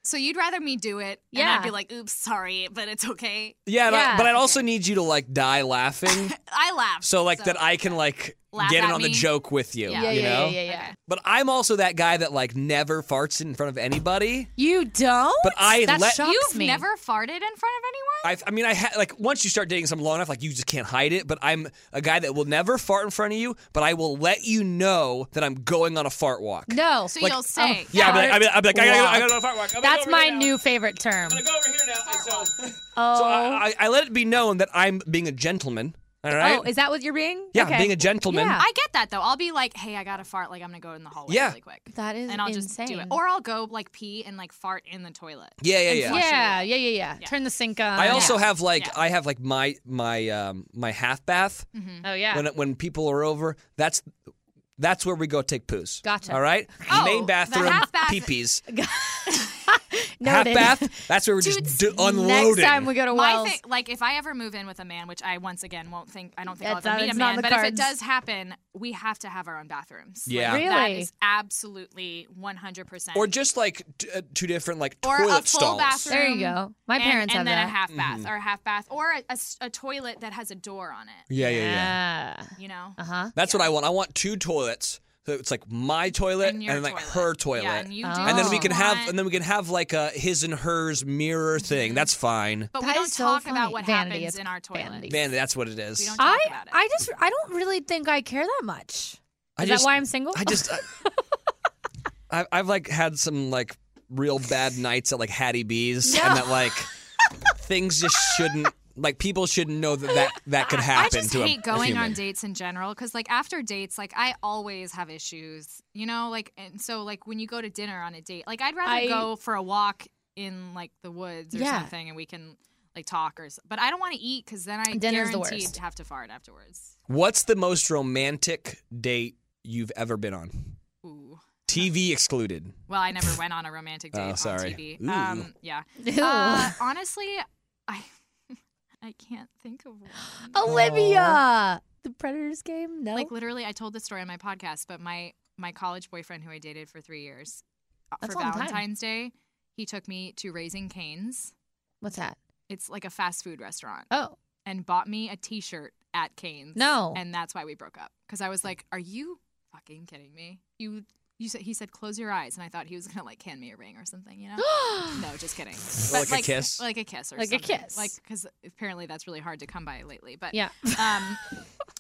So you'd rather me do it and Yeah. I'd be like, oops, sorry, but it's okay. Yeah, and I- Yeah. but I'd also need you to like die laughing I laughed. so like that I can like Laugh get in at on the me. joke with you, Yeah. Yeah, you yeah, know? yeah, yeah, yeah. But I'm also that guy that like never farts in front of anybody. You don't? But I that let- shocks You've me. never farted in front of anyone? I, I mean, I ha- like once you start dating someone long enough, like you just can't hide it. But I'm a guy that will never fart in front of you, but I will let you know that I'm going on a fart walk. No. So Like, you'll oh, say, Yeah, I'll be like, I'll be, I'll be like, I gotta, go- I Walk. gotta go on a fart walk. I'm gonna That's go over my here now. new favorite term. I'm gonna go over here now. And so, Oh. so I, I- I let it be known that I'm being a gentleman. All right. Oh, is that what you're being? yeah, okay. I'm being a gentleman. Yeah. I get that though. I'll be like, hey, I gotta fart. Like I'm gonna go in the hallway Uh, Yeah. really quick. That is and I'll just insane. do it. Or I'll go like pee and like fart in the toilet. Yeah, yeah, And yeah. flush it yeah, yeah, out. yeah, yeah, Turn the sink on. I also have like Yeah. I have like my my um my half bath Oh yeah. when when people are over. That's that's where we go take poos. Gotcha. All right. Oh, Main the bathroom. half bath- Peepees. half Noted. bath. That's where we're just Dude's d- unloading. Next time we go to My Wells. thing, like if I ever move in with a man, which I once again won't think, I don't think That's I'll not- ever meet a it's not man. in the But if it cards. does happen, we have to have our own bathrooms. Like, Yeah. that Really? is absolutely one hundred percent. or just like t- uh, two different like Or a toilet full stalls. Mm-hmm. bathroom. there you go. My um, and, parents and have then that. a half bath or a half bath or a, a s- a toilet that has a door on it. Yeah, yeah, yeah. You know, Uh huh. That's what I want. I want two toilets. So it's like my toilet and and, your like toilet. her toilet. Yeah, and you do And and then what we you can have want, Mm-hmm. and then we can have like a his and hers mirror thing. That's fine. but we That don't is so talk about funny. what Vanity, happens it's in our toilet. vanity. Man, that's what it is. We don't talk I about it. I just I don't really think I care that much. Is I that just- why I'm single? I just I, I, I've like had some like real bad nights at like Hattie B's and that like things just shouldn't like people shouldn't know that that, that could I happen just to a- hate a going human. on dates in general because, like, after dates, like I always have issues, you know. Like, and so like when you go to dinner on a date, like I'd rather I- go for a walk in like the woods or Yeah. something, and we can like talk or. s- But I don't want to eat because then I Dinner's the guaranteed worst. have to fart afterwards. What's the most romantic date you've ever been on? Ooh. TV excluded. Well, I never went on a romantic Oh, date on sorry. TV. Ooh. Um, yeah. Ew. Uh, honestly, I I can't think of one. Olivia, the Predators game. Oh, No, Like literally, I told this story on my podcast, but my my college boyfriend who I dated for three years uh, That's for a long time. Valentine's Day, he took me to Raising Canes. what's that? It's like a fast food restaurant, Oh, and bought me a T-shirt at Canes. No. and that's why we broke up because I was like, "Are you fucking kidding me? You." You said, he said, close your eyes. And I thought he was going to like hand me a ring or something, you know? no, just kidding. But, like a kiss? Like a kiss or Like a something. kiss. Like, because apparently that's really hard to come by lately. But yeah. um,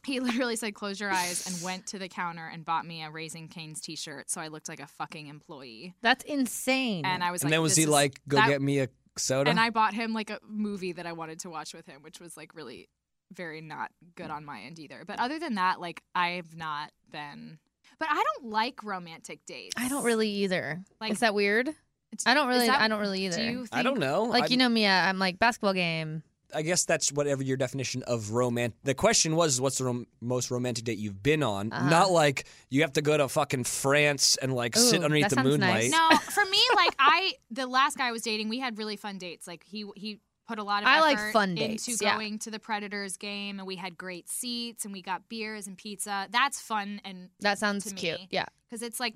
he literally said, "Close your eyes," and went to the counter and bought me a Raising Cane's T-shirt, so I looked like a fucking employee. That's insane. And I was And like, then was this he is- like, go that- get me a soda? And I bought him like a movie that I wanted to watch with him, which was like really very not good on my end either. But other than that, like I've not been. But I don't like romantic dates. I don't really either. Like- is that weird? It's- I don't is really. that- I don't really either. Do you think, I don't know. like I, you know me, I- I'm like basketball game. I guess that's whatever your definition of romance. The question was, what's the rom- most romantic date you've been on? Uh-huh. Not like you have to go to fucking France and like sit Ooh, underneath that the sounds nice. moonlight. No, for me, like I, the last guy I was dating, we had really fun dates. Like he, he put a lot of I like effort fun into dates, yeah. going to the Predators game, and we had great seats, and we got beers and pizza. That's fun, and That sounds To cute. me. Yeah. because it's like,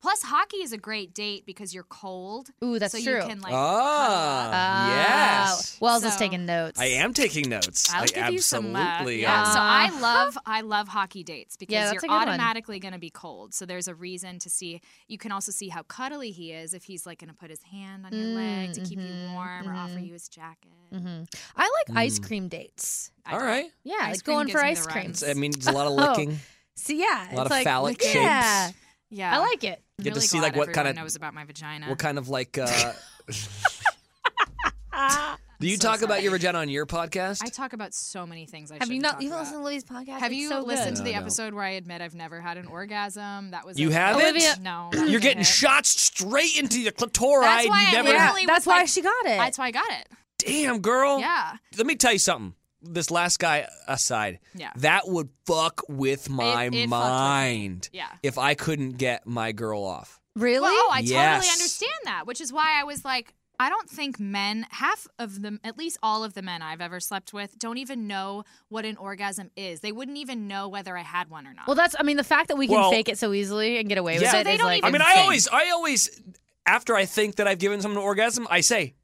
plus hockey is a great date because you're cold, Ooh, that's so true. you can like. Oh, cuddle up. Ah, yes. Oh, Wells is So- taking notes. I am taking notes. I'll I give absolutely you some. Uh, yeah. am. So I love I love hockey dates because Yeah, that's you're a good one. automatically going to be cold. So there's a reason to see. You can also see how cuddly he is if he's like going to put his hand on your leg to keep you Mm, warm or offer mhm. you his jacket. hmm I like ice Mm. cream dates. I All don't- right. Yeah, Ice like cream going gives me for the ice cream. runs. I mean, it's a lot of Oh. licking. So yeah, A lot it's of like, phallic yeah, shapes. Yeah. I like it. I'm Get to really see, glad like, what kind everyone of- knows about my vagina. What kind of like? Uh, do you so talk about sorry. your vagina on your podcast? I talk about so many things. I Have you shouldn't not? talk You've about. listened to Louise podcast. Have It's you so good. listened to No, the I don't. episode where I admit I've never had an orgasm? That was You a- haven't? Olivia- No, You're that's a getting hit. shots straight into your clitori. That's why You I never. literally- Yeah, was that's why like- she got it. That's why I got it. Damn, girl. Yeah. Let me tell you something. This last guy aside, Yeah. that would fuck with my it fucked with me. mind Yeah. if I couldn't get my girl off. really? Well, oh, I Yes. totally understand that, which is why I was like, I don't think men, half of them, at least all of the men I've ever slept with, don't even know what an orgasm is. They wouldn't even know whether I had one or not. well, that's. I mean, the fact that we can Well- fake it so easily and get away with Yeah. So it they is, don't like. even I mean, I insane. always, I always, after I think that I've given someone an orgasm, I say,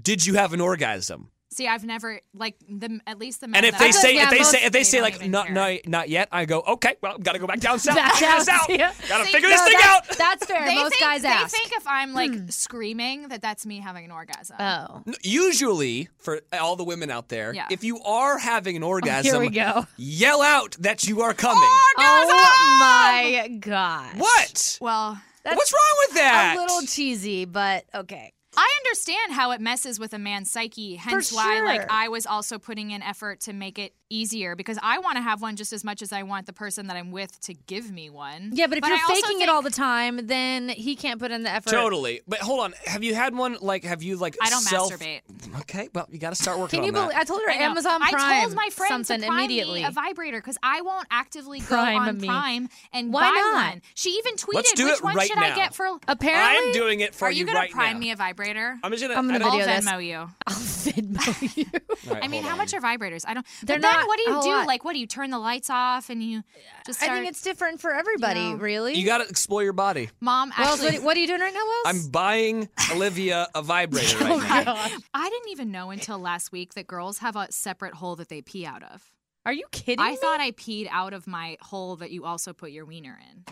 "Did you have an orgasm?" see, I've never like the at least the men. And if that they I've- say, yeah, if they most- say, if they, they say, don't like, even not, care. no, not yet, I go, "Okay, well, gotta go back down south, Back figure this out, out, yeah. gotta See, figure No, this thing out." that's, that's fair. they Most think, guys they ask. Hmm. think if I'm like screaming that that's me having an orgasm. oh, Um, Usually, for all the women out there, Yeah. if you are having an here we orgasm, go. yell out that you are coming. Oh my god. What? Well, That's What's wrong with that? A little cheesy, but okay. I understand how it messes with a man's psyche, hence why sure. like I was also putting in effort to make it easier because I want to have one just as much as I want the person that I'm with to give me one. Yeah, but if you're I also faking it think- all the time, then he can't put in the effort. Totally. But hold on. Have you had one? Like, have you like? I don't self- masturbate. Okay. Well, you got to start working Can you on that. believe? I told her I know. Amazon Prime. I told my friend something to prime immediately. me a vibrator because I won't actively go Prime on me. Prime and Why buy not? one. She even tweeted, Let's do "Which it one right should now." I get for?" Apparently, I'm doing it for Are you you gonna right prime now. me a vibrator? I'm just gonna. I'm I gonna don't- I'll video this. Venmo you. I'll Venmo you. All right, I mean, hold how on. much are vibrators? I don't. They're but then not What do a you do? lot. Like, what do you turn the lights off and you just? I Start, think it's different for everybody, know. really. You gotta explore your body. mom. Wells, Actually, what, what are you doing right now, Wells? I'm buying Olivia a vibrator Oh right now. I didn't even know until last week that girls have a separate hole that they pee out of. Are you kidding I me? thought I peed out of my hole that you also put your wiener in.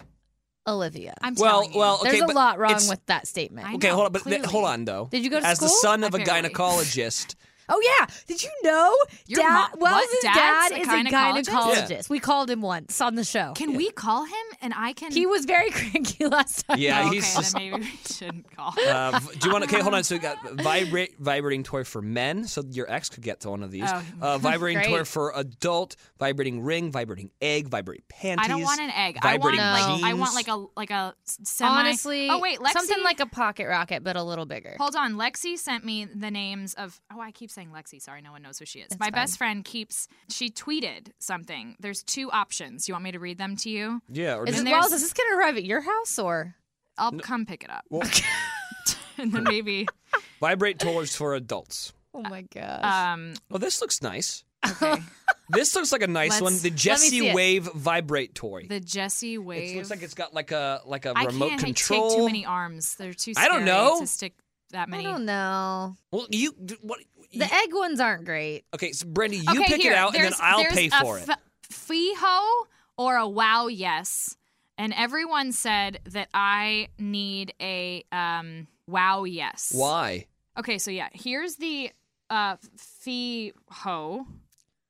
Olivia. I'm Well, telling you. well, okay, There's a but lot wrong it's- with that statement. I Okay, know, hold on, but th- clearly. hold on though. Did you go to As the school? son of a Apparently. gynecologist, Oh yeah! Did you know Your Dad? mo- Wells' what? dad Dad's a is gynecologist? a gynecologist. We called him once on the show. Can we call him and I can? He was very cranky last time. yeah, Oh, okay, he's just. then maybe we shouldn't call. Uh, v- do you want to? Okay, hold on. So we got vibrate vibrating toy for men, so your ex could get to one of these. Oh, uh, vibrating toy great. for adult, vibrating ring, vibrating egg, vibrating panties. I don't want an egg. I want Vibrating like jeans. I want like a like a s- semi. Honestly, oh wait, Lexi. something like a pocket rocket, but a little bigger. Hold on. Lexi sent me the names of. Oh, I keep saying Lexi. Sorry, no one knows who she is. My best friend keeps. She tweeted something. There's two options. You want me to read them to you? Yeah, or Is just, it- Is, And Wells, there's- is this gonna arrive at your house or? I'll come pick it up. Well- and then maybe. vibrate toys for adults. Oh my gosh! Um, Well, this looks nice. okay. This looks like a nice Let's- one. The let me Jesse see it. Wave vibrate toy. The Jesse wave. It looks like it's got like a like a I remote can't control. take too many arms. They're too. I Scary don't know. to stick that I many. don't know. Well, you d- what? you- The egg ones aren't great. okay, so Brandy, you okay, pick here. it out and then There's- I'll there's pay a for it. f- Fee ho or a wow yes, and everyone said that I need a um wow yes. Why? Okay, so yeah, here's the uh fee ho.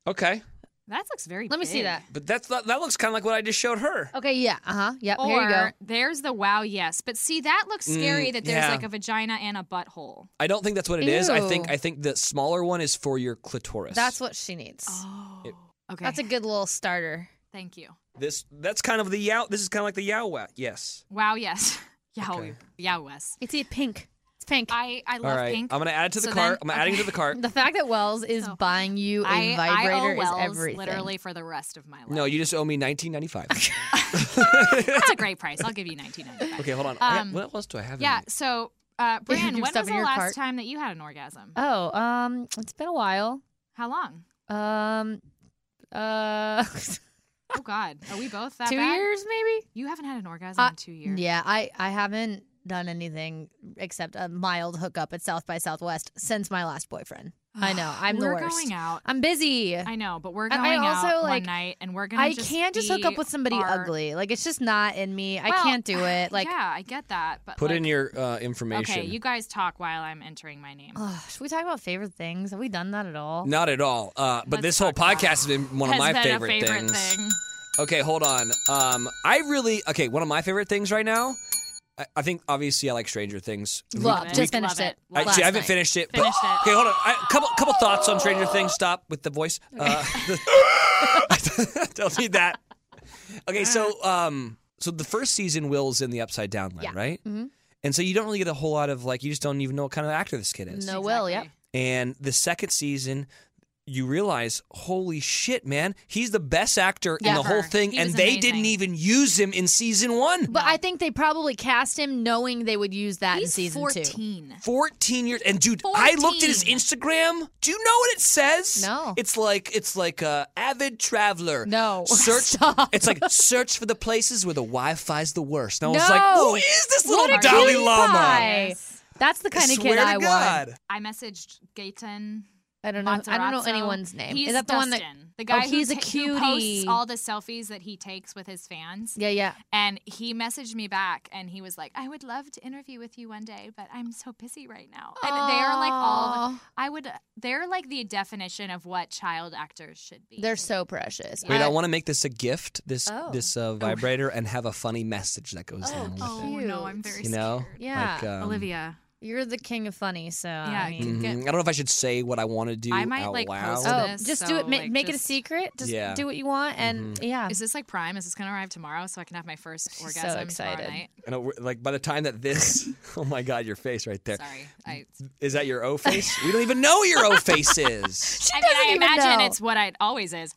Okay, That looks very. Let me see big. that. but that's not, that looks kind of like what I just showed her. Okay, yeah, uh huh, yep. Or here you go. there's the wow yes, but see that looks Mm, scary that there's yeah. like a vagina and a butthole. I don't think that's what it is. I think Ew. I think the smaller one is for your clitoris. That's what she needs. Oh, okay. That's a good little starter. Thank you. this. That's kind of the yow. This is kind of like the yow wow. Yes. Wow yes, yow Okay. yow yes. It's a pink. It's pink. I I love All right. pink. I'm gonna add it to the So cart. then- I'm adding it to okay. the cart. the fact that Wells is Oh. buying you a I, I vibrator owe Wells is everything. literally for the rest of my life. No, you just owe me 19.95. that's a great price. I'll give you nineteen ninety five. okay, hold on. I got- Um, what else do I have? in Yeah. here? So, uh, Brian, do when stuff was in the your last cart. time that you had an orgasm? Oh, um, it's been a while. How long? Um, uh, Oh God, are we both that two bad? years maybe. You haven't had an orgasm Uh, in two years. Yeah, I, I haven't done anything except a mild hookup at South by Southwest since my last boyfriend. I know, I'm the we're worst. going out. I'm busy. I, I know, but we're I- going I also, out like, one night, and we're gonna. just can't just hook be up with somebody our- ugly. Like it's just not in me. I Well, can't do it. Like yeah, I get that, but Put like, in your uh, information. Okay, you guys talk while I'm entering my name. ugh, should we talk about favorite things? Have we done that at all? Not at all. Uh, but Let's this whole talk about podcast has been one of Has my been favorite, a favorite things. thing. Okay, hold on. Um, I really okay. One of my favorite things right now. I, I think obviously I like Stranger Things. We- Love. Love Just it. finished Love it. it. I, Last see, I haven't night. finished it. Finished it. Okay, hold on. A couple, couple thoughts on Stranger Things. Stop with the voice. Uh, the- don't need that. Okay, Uh. so um, so the first season, Will's in the Upside Down line, right? Mm-hmm. Mhm. And so you don't really get a whole lot of like you just don't even know what kind of actor this kid is. No will, yep. Exactly. And the second season, you realize, holy shit, man, he's the best actor in the Ever. whole thing, He and was they amazing. didn't even use him in season one. But I think they probably cast him knowing they would use that in He's season two. fourteen. Fourteen years, and dude, I looked at his 14. Instagram. Do you know what it says? No. It's like it's like uh, avid traveler. No. search. Stop. It's like search for the places where the Wi-Fi's the worst. And I was No. like, who is this little What a Dalai cutie Lama? pie. Yes. That's the kind I of swear kid to I want. God. I messaged Gayton. I don't know. I don't know Materazzo. anyone's name. He's is that the Dustin, one that? the guy Oh, he's who, a ta- who posts cutie. all the selfies that he takes with his fans. Yeah, yeah. And he messaged me back, and he was like, "I would love to interview with you one day, but I'm so busy right now." And they are like all Aw. I would. They're like the definition of what child actors should be. They're so precious. Wait, I- I want to make this a gift, this Oh. this uh, vibrator, and have a funny message that goes Oh, in with oh it. no, I'm cute. very You know, scared. Yeah. Like, um, Olivia, You're the king of funny, so Yeah, I you can mean, Mhm. get- I don't know if I should say what I want to do I might, out like, loud. post it. oh, this, just do so, it. Ma- like, make it a just- secret. Just Yeah. Mm-hmm. do what you want, and yeah, is this like Prime? Is this gonna arrive tomorrow so I can have my first She's so orgasm excited. tomorrow night? And it- like by the time that this, oh my God, your face right there. Sorry, I. Is that your O face? we don't even know what your O face is. she I mean, doesn't I even imagine know. it's what I always is.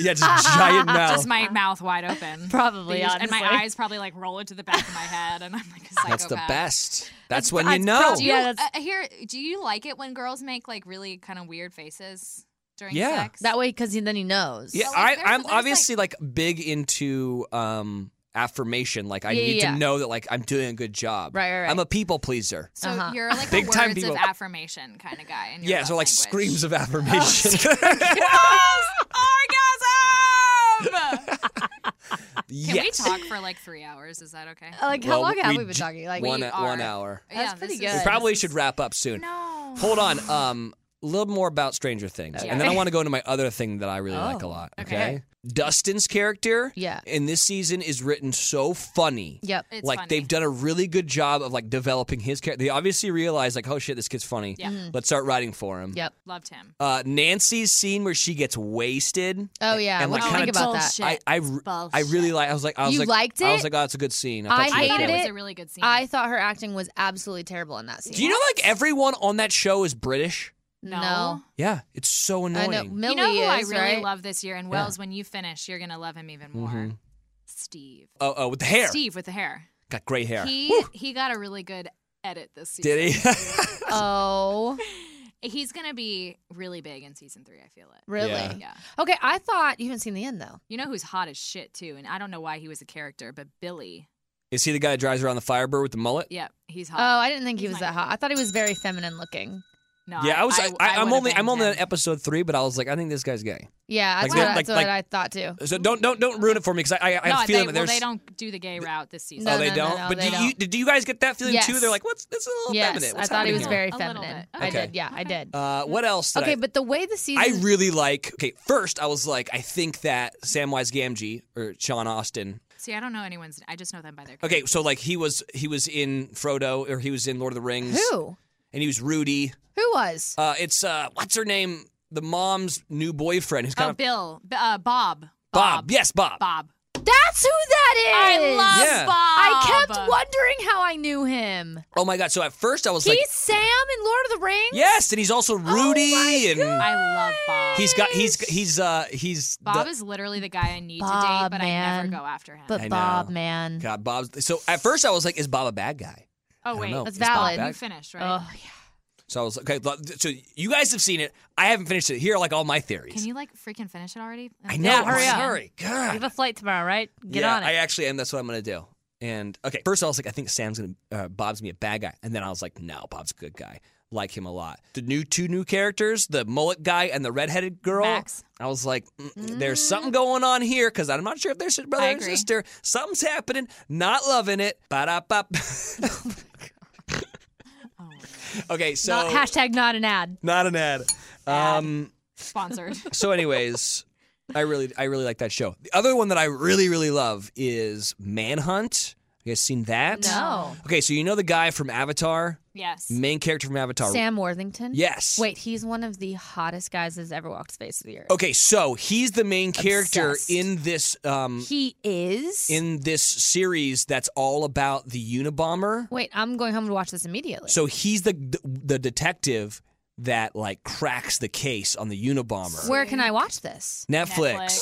yeah, just giant mouth. Just my mouth wide open. Probably, These- and my honestly. eyes probably like roll into the back of my head, and I'm like a psychopath. That's the best. That's when that's you know. Do probably- you, Yeah, that's- uh, here, do you like it when girls make like really kind of weird faces during Yeah. sex? That way, because then he knows. Yeah, Well, like, I, there's- I'm there's, obviously like, big into um affirmation. Like I Yeah, need yeah. to know that like I'm doing a good job. Right, right, right. I'm a people pleaser. So Uh-huh. you're like Big a time words people. of affirmation kind of guy. In your yeah, so love like language. Oh. screams of affirmation. Orgasm! Can yes. we talk for like three hours? Is that okay? Like, how Well, long have we we been ju- talking? Like, one we one are- hour. Yeah, Oh, pretty this is- good. We probably should wrap up soon. No. Hold on. Um, a little more about Stranger Things, Okay. and then I want to go into my other thing that I really like a Oh, lot. okay. Okay. Dustin's character, Yeah. in this season is written so funny. Yep. It's like funny. they've done a really good job of like developing his character. They obviously realize like, oh shit, this kid's funny. Yeah. Mm. Let's start writing for him. Yep. Loved him. Uh, Nancy's scene where she gets wasted. Oh yeah. And, what do like, you think kinda about that? bullshit. I I, I really like. I was like, I was You like, liked I was it? like, oh, that's a good scene. I thought she I was thought hated it funny. was it. a really good scene. I thought her acting was absolutely terrible in that scene. Do you know like everyone on that show is British? no. Yeah, it's so I annoying. know Millie you know who I is, really right? love this year, and Wells, when you finish, you're gonna love him even more. Mhm. Steve. Oh, oh, with the hair. Steve with the hair. Got gray hair. He Whew. he got a really good edit this season. Did he? Oh, He's gonna be really big in season three. I feel it. really? Yeah. Yeah. Okay, I thought you haven't seen the end though. You know who's hot as shit too, and I don't know why he was a character, but Billy. Is he the guy that drives around the Firebird with the mullet? Yeah, he's Oh, hot. I didn't think he He's was my that hot. I thought he was very feminine looking. no, yeah, I, was. I, I, am would've only. I'm banged only him. on episode three, but I was like, I think this guy's gay. Yeah, that's, Like the- what, like- that's what like- I thought too. So don't don't don't ruin it for me because I I, I no, have a feeling they, that well, there's. they don't do the gay route this season. Oh, No, they no, no, don't. no, but they do you did you guys get that feeling too? Yes. They're like, what's this is a little Yes, feminine. I What's thought he was happening very here? A little feminine. bit. I Okay. did. Yeah, I Okay. did. Uh, what else? Did okay, I, but the way the season. I really like. Okay, first I was like, I think that Samwise Gamgee or Sean Austin. See, I don't know anyone's. I just know them by their. Okay, so like he was he was in Frodo or he was in Lord of the Rings. who? And he was Rudy. Who was? Uh, it's uh, what's her name? The mom's new boyfriend. Who's kind Oh, of Bill, B- uh, Bob, Bob. Yes, Bob. Bob. That's who that I is. love Yeah. Bob. I kept wondering how I knew him. Oh my god! So at first I was He's like, Sam in Lord of the Rings. yes, and he's also Rudy, my and I love Bob. he's got he's he's uh he's Bob the, is literally the guy I need Bob, to date, but I man. never go after him. But I Bob, know. man. God Bob's. So at first I was like, is Bob a bad guy? oh don't wait, know. That's Is Bob valid. bad? you finished right? Oh, So I was okay. So you guys have seen it. I haven't finished it. Here are like all my theories. Can you like freaking finish it already? I know. Yeah, I'm hurry up. sorry. God. you have a flight tomorrow, right? Get yeah, on it. I actually am. That's what I'm gonna do. And okay, first I was like, I think Sam's gonna uh, Bob's gonna be a bad guy, and then I was like, no, Bob's a good guy. Like him a lot. The new two new characters, the mullet guy and the redheaded girl. Max. I was like, mm, there's something going on here because I'm not sure if they're si- brother I and agree. sister. Something's happening. Not loving it. Ba da bop. Okay, so Not- hashtag not an ad. not an ad. Um, Sponsored. so, anyways, I really, I really like that show. The other one that I really, really love is Manhunt. You guys seen that? No. Okay, so you know the guy from Avatar, yes. main character from Avatar. Sam Worthington? Yes. Wait, he's one of the hottest guys that's ever walked the face of the earth. Okay, so he's the main character Obsessed. in this um He is. in this series that's all about the Unabomber. Wait, I'm going home to watch this immediately. So he's the the, the detective that like cracks the case on the Unabomber. Where can I watch this? Netflix.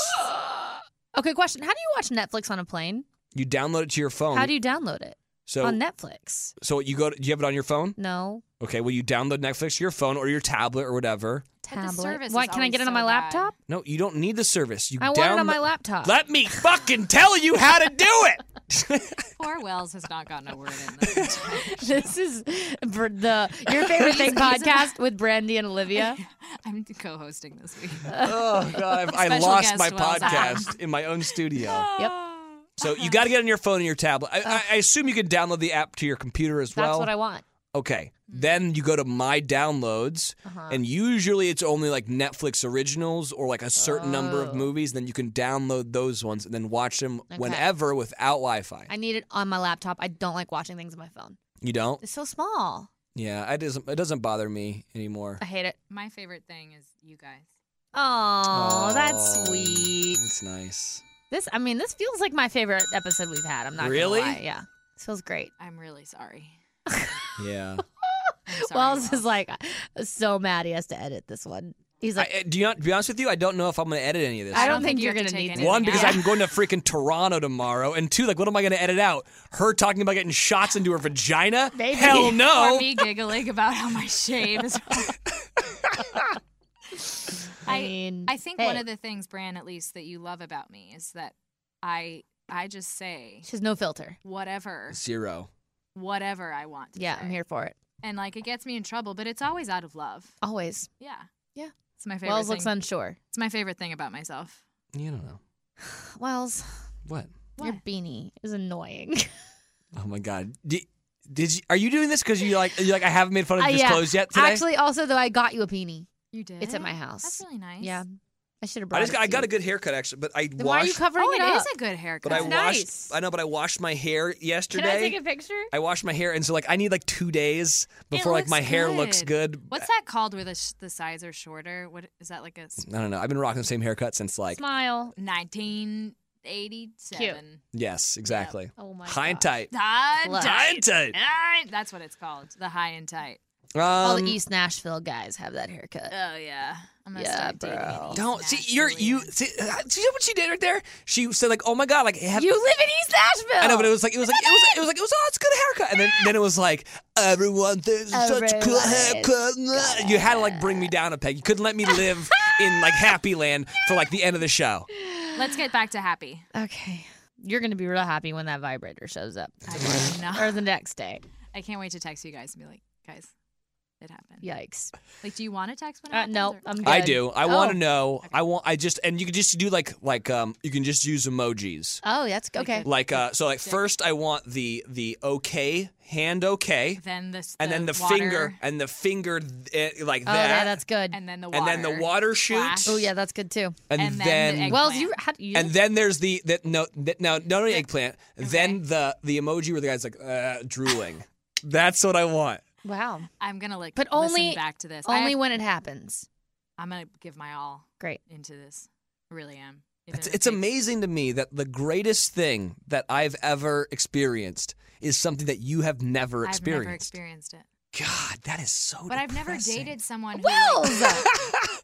Okay, question. How do you watch Netflix on a plane? You download it to your phone. How do you download it? Oh, so on Netflix? so you go to, do you have it on your phone? No. Okay, well you download Netflix to your phone or your tablet or whatever. But the Tablet. service Why is can I get always it on my so bad. laptop? No, you don't need the service. You I want it download- on my laptop. Let me fucking tell you how to do it. Poor Wells has not gotten a word in this. This is br- the Your Favorite Thing podcast with Brandy and Olivia. I'm co-hosting this week. Oh god, I've, I Special lost guest my Wells podcast in my own studio. Yep. Ah. So you got to get on your phone and your tablet. I, I, I assume you can download the app to your computer as That's well. what I Mm-hmm. want. okay, then you go to my downloads, Uh-huh. and usually it's only like Netflix originals or like a certain number Oh. of movies. Then you can download those ones and then watch them whenever without Wi-Fi. I need it on my laptop. I don't like watching things on my phone. you don't? It's so small. Yeah, it doesn't. It doesn't bother me anymore. I hate it. My favorite thing is you guys. Oh, Oh. that's sweet. That's nice. This, I mean, this feels like my favorite episode we've had. I'm not Really? Gonna lie. Yeah, this feels great. I'm really sorry. Yeah. I'm sorry uh, Wells is like so mad he has to edit this one. He's like, I, I- do you not, to be honest with you, I don't know if I'm going to edit any of this. I don't think you you're have gonna take need anything One, because out. I'm going to freaking Toronto tomorrow, and two, like, what am I going to edit out? Her talking about getting shots into her vagina? Maybe. Hell Or no. me giggling about how my shave is. I I mean, I think one Hey. of the things, Bran, at least that you love about me is that I I just say she's no filter. whatever Zero. whatever I want. To Yeah, say. I'm here for it. and like it gets me in trouble, but it's always out of love. Always. Yeah, Yeah. It's my favorite. Wells thing. looks unsure. it's my favorite thing about myself. You don't know. Wells, What? your What? beanie is annoying. Oh my God. Did, did you, are you doing this because you like, you like, I haven't made fun of Uh, his yeah. clothes yet today? Actually, also though, I got you a beanie. You did. It's at my house. That's really nice. Yeah, I should have brought. I just it got, to I got you. a good haircut, actually, but I Then why are you washed. covering Oh, it it, up? is a good haircut. but I That's washed, nice. I know, but I washed my hair yesterday. picture? I washed my hair, and so like I need like two days It before like looks my hair looks good. good. Uh, What's that called? Where the sh- the sides are shorter? What is that like a s- I don't know. I've been rocking the same haircut since like Smile. 1987? yes, exactly. Oh my. High and gosh. tight. High Plus. High and tight. Ah, That's what it's called. The high Mm. and tight. All Um, the East Nashville guys have that haircut. Oh yeah. I'm gonna Yeah, start dating bro. these don't see you're you naturally. see, uh, see what she did right there. She said like, "Oh my god!" Like, have, you live in East Nashville. I know, but it was like it was like it was it was like it was oh, it's a good haircut, and then then it was like everyone thinks it's such a cool Everyone is haircut. Nah. You had to like bring me down a peg. You couldn't let me live in like Happy Land for like the end of the show. Let's get back to happy. okay. You're gonna be real happy when that vibrator shows up, I don't know. or the next day. I can't wait to text you guys and be like, guys, it happened. Yikes. Like, do you want to text when it Uh, happens? no, or- I'm. Good. I do. I Oh. want to know. I want. I just and you can just do like like um. You can just use emojis. Oh, that's okay. Like Like uh. So like first, I want the the okay hand okay, then this. and then the water, finger and the finger eh, like Oh, that. yeah, that's good. And then the water. and then the water Flash. shoots. Oh, yeah, that's good too. And And, then then. the egg- Wells, Eggplant. you had you. and then there's the that no that, no not only eggplant then the the emoji where the guy's like uh, drooling. That's what I want. wow. I'm gonna like. But listen only- back to this. Only I, when it happens. I'm gonna give my all Great. into this. I really am. Even It's, if it it's takes- amazing to me that the greatest thing that I've ever experienced is something that you have never I've experienced. never experienced it. God, that is so. But I've never depressing. dated someone. Who, like, Wells.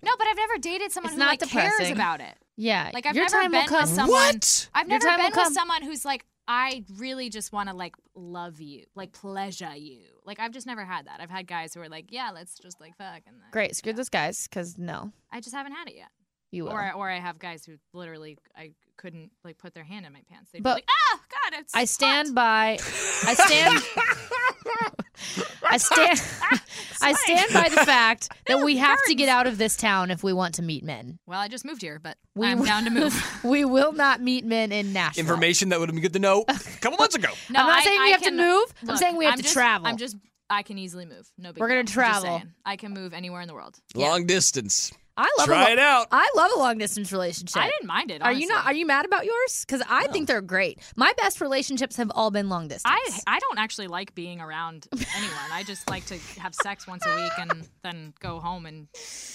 no, but I've never dated someone It's who not like, cares depressing. about it. yeah. Like I've your never time been will come. with someone. What? I've Your never time will been with come. someone who's like, I really just want to like love you, like pleasure you. Like I've just never had that. I've had guys who are like, yeah, let's just like fuck, and then, Great. Screw this, guys, because no, I just haven't had it yet. you will. Or I- or I have guys who literally I couldn't like put their hand in my pants. They'd But- be like, ah, God, it's I stand by. I stand. I stand. I stand by the fact that we have to get out of this town if we want to meet men. Well, I just moved here, but We I'm will- down to move. We will not meet men in Nashville. Information that would have been good to know a couple months ago. No, I'm not I- saying we I have can- to move. I'm Look, saying we have I'm to just- travel. I'm just. I can easily move. No big. We're gonna deal. Just travel. saying. I can move anywhere in the world. Long distance. I love Try a it out. I love a long distance relationship. I didn't mind it. Are you not? honestly. Are you mad about yours? Because I think they're great. My best relationships have all been long distance. I I don't actually like being around anyone. I just like to have sex once a week and then go home and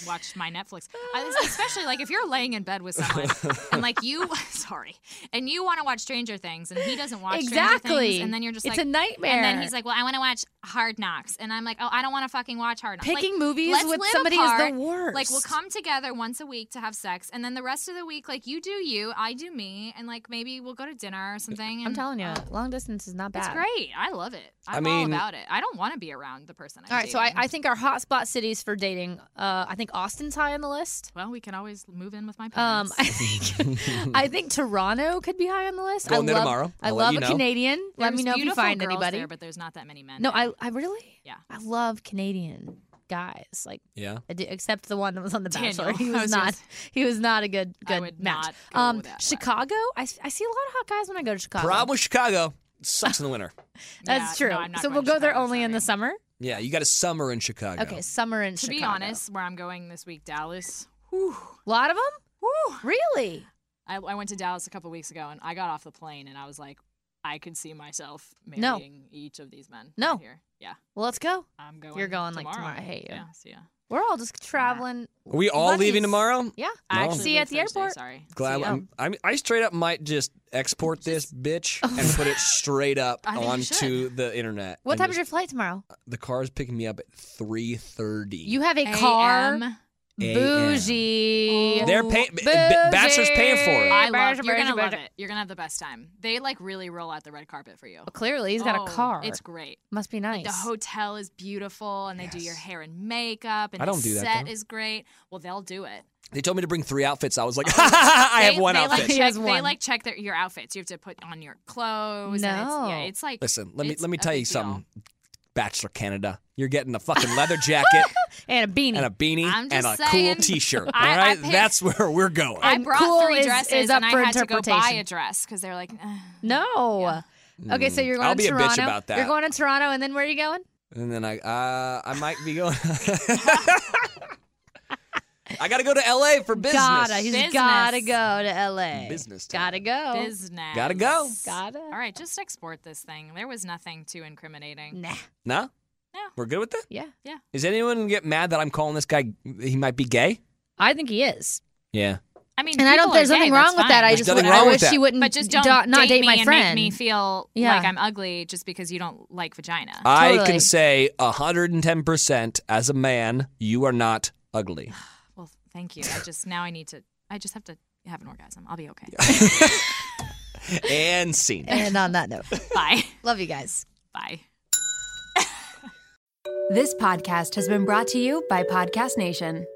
watch my Netflix. I, especially like if you're laying in bed with someone and like you, sorry, and you want to watch Stranger Things and he doesn't watch Stranger exactly. Things, and then you're just it's like. a nightmare. and then he's like, "Well, I want to watch Hard Knocks," and I'm like, "Oh, I don't want to fucking watch Hard Knocks." Like, picking movies let's with live somebody apart. is the worst. Like we'll come together once a week to have sex, and then the rest of the week, like you do you, I do me, and like maybe we'll go to dinner or something. And, I'm telling you, uh, long distance is not bad. it's great. I love it. I I'm all mean- about it. I don't want to be around the person. I'm All right, so I, dating. I think our hotspot cities for dating. Uh, I think Austin's high on the list. well, we can always move in with my Um, parents. I think I think Toronto could be high on the list. I Going there love, tomorrow. I I'll let love you a know. Canadian. let me There's know if you beautiful find girls anybody. there, but there's not that many men. no, there. I I really Yeah. I love Canadian guys. Like Yeah. I do- except the one that was on the Daniel. Bachelor. He I was was not. gonna He was not a good I good would match. not go um, that far. Chicago. I, s- I see a lot of hot guys when I go to Chicago. Problem with Chicago. It sucks in the winter. That's Yeah, true. no, I'm not so going we'll to go there Chicago, only in the sorry. summer. Yeah, you got a summer in Chicago. Okay, summer in To Chicago. be honest, where I'm going this week, Dallas. Whew. a lot of them. Whew. Really? I, I went to Dallas a couple weeks ago, and I got off the plane, and I was like, I could see myself No. marrying each of these men. No. right here. Yeah, Well, let's go. I'm going. You're going, like, tomorrow. tomorrow. I hate you. Yeah, see ya. We're all just traveling. Are we all buddies. leaving tomorrow? Yeah. I No. actually See you leave at the Thursday, airport. Sorry. Glad See oh. ya. I'm, I'm, I straight up might just export this bitch and put it straight up I think you onto the internet. What and time is just- your flight tomorrow? The car's picking me up at three thirty. You have a car. AM a.m. Bougie. They're pay- b- b- Bachelor's paying for it. I love, you're gonna love it. You're gonna have the best time. They like really roll out the red carpet for you. Clearly, he's got Oh, a car. It's great. Must be nice. The hotel is beautiful, and they do your Yes. hair and makeup, and I don't the do that, set though. is great. Well, they'll do it. They told me to bring three outfits. I was like, I Oh, They- have one they, outfit. Like He check, has They one. like check their, your outfits. You have to put on your clothes. and it's, yeah, No. it's like Listen, let me it's let me a tell big you deal. something, Bachelor Canada. You're getting a fucking leather jacket and a beanie. and a beanie I'm and just a saying, cool T-shirt. I- I all right, picked- that's where we're going. I And brought cool three is- dresses is and up I for had to go buy a interpretation. dress because they were like, "Ugh." no. Okay, so you're going Mm. to I'll be a bitch Toronto. about that. You're going to Toronto, and then where are you going? and then I uh, I might be going. I got to go to L.A. for business. Gotta, he's Business. gotta go to LA. Business time. Gotta go. business. Gotta go. Gotta. All right, just export this thing. There was nothing too incriminating. Nah. no, No. we're good with that. Yeah. Is anyone gonna get mad that I'm calling this guy? He might be gay. I think he is. Yeah. I mean, And I don't. people are There's gay, nothing wrong that's with that. fine. I There's just nothing would, wrong I with wish that. she wouldn't. but just don't do- not date, date, me my and friend. make me feel Yeah. like I'm ugly just because you don't like vagina. I can Totally. say 110% as a man, you are not ugly. well, thank you. I just now I need to. I just have to have an orgasm. I'll be okay. and scene. And on that note, Bye. love you guys. Bye. This podcast has been brought to you by Podcast Nation.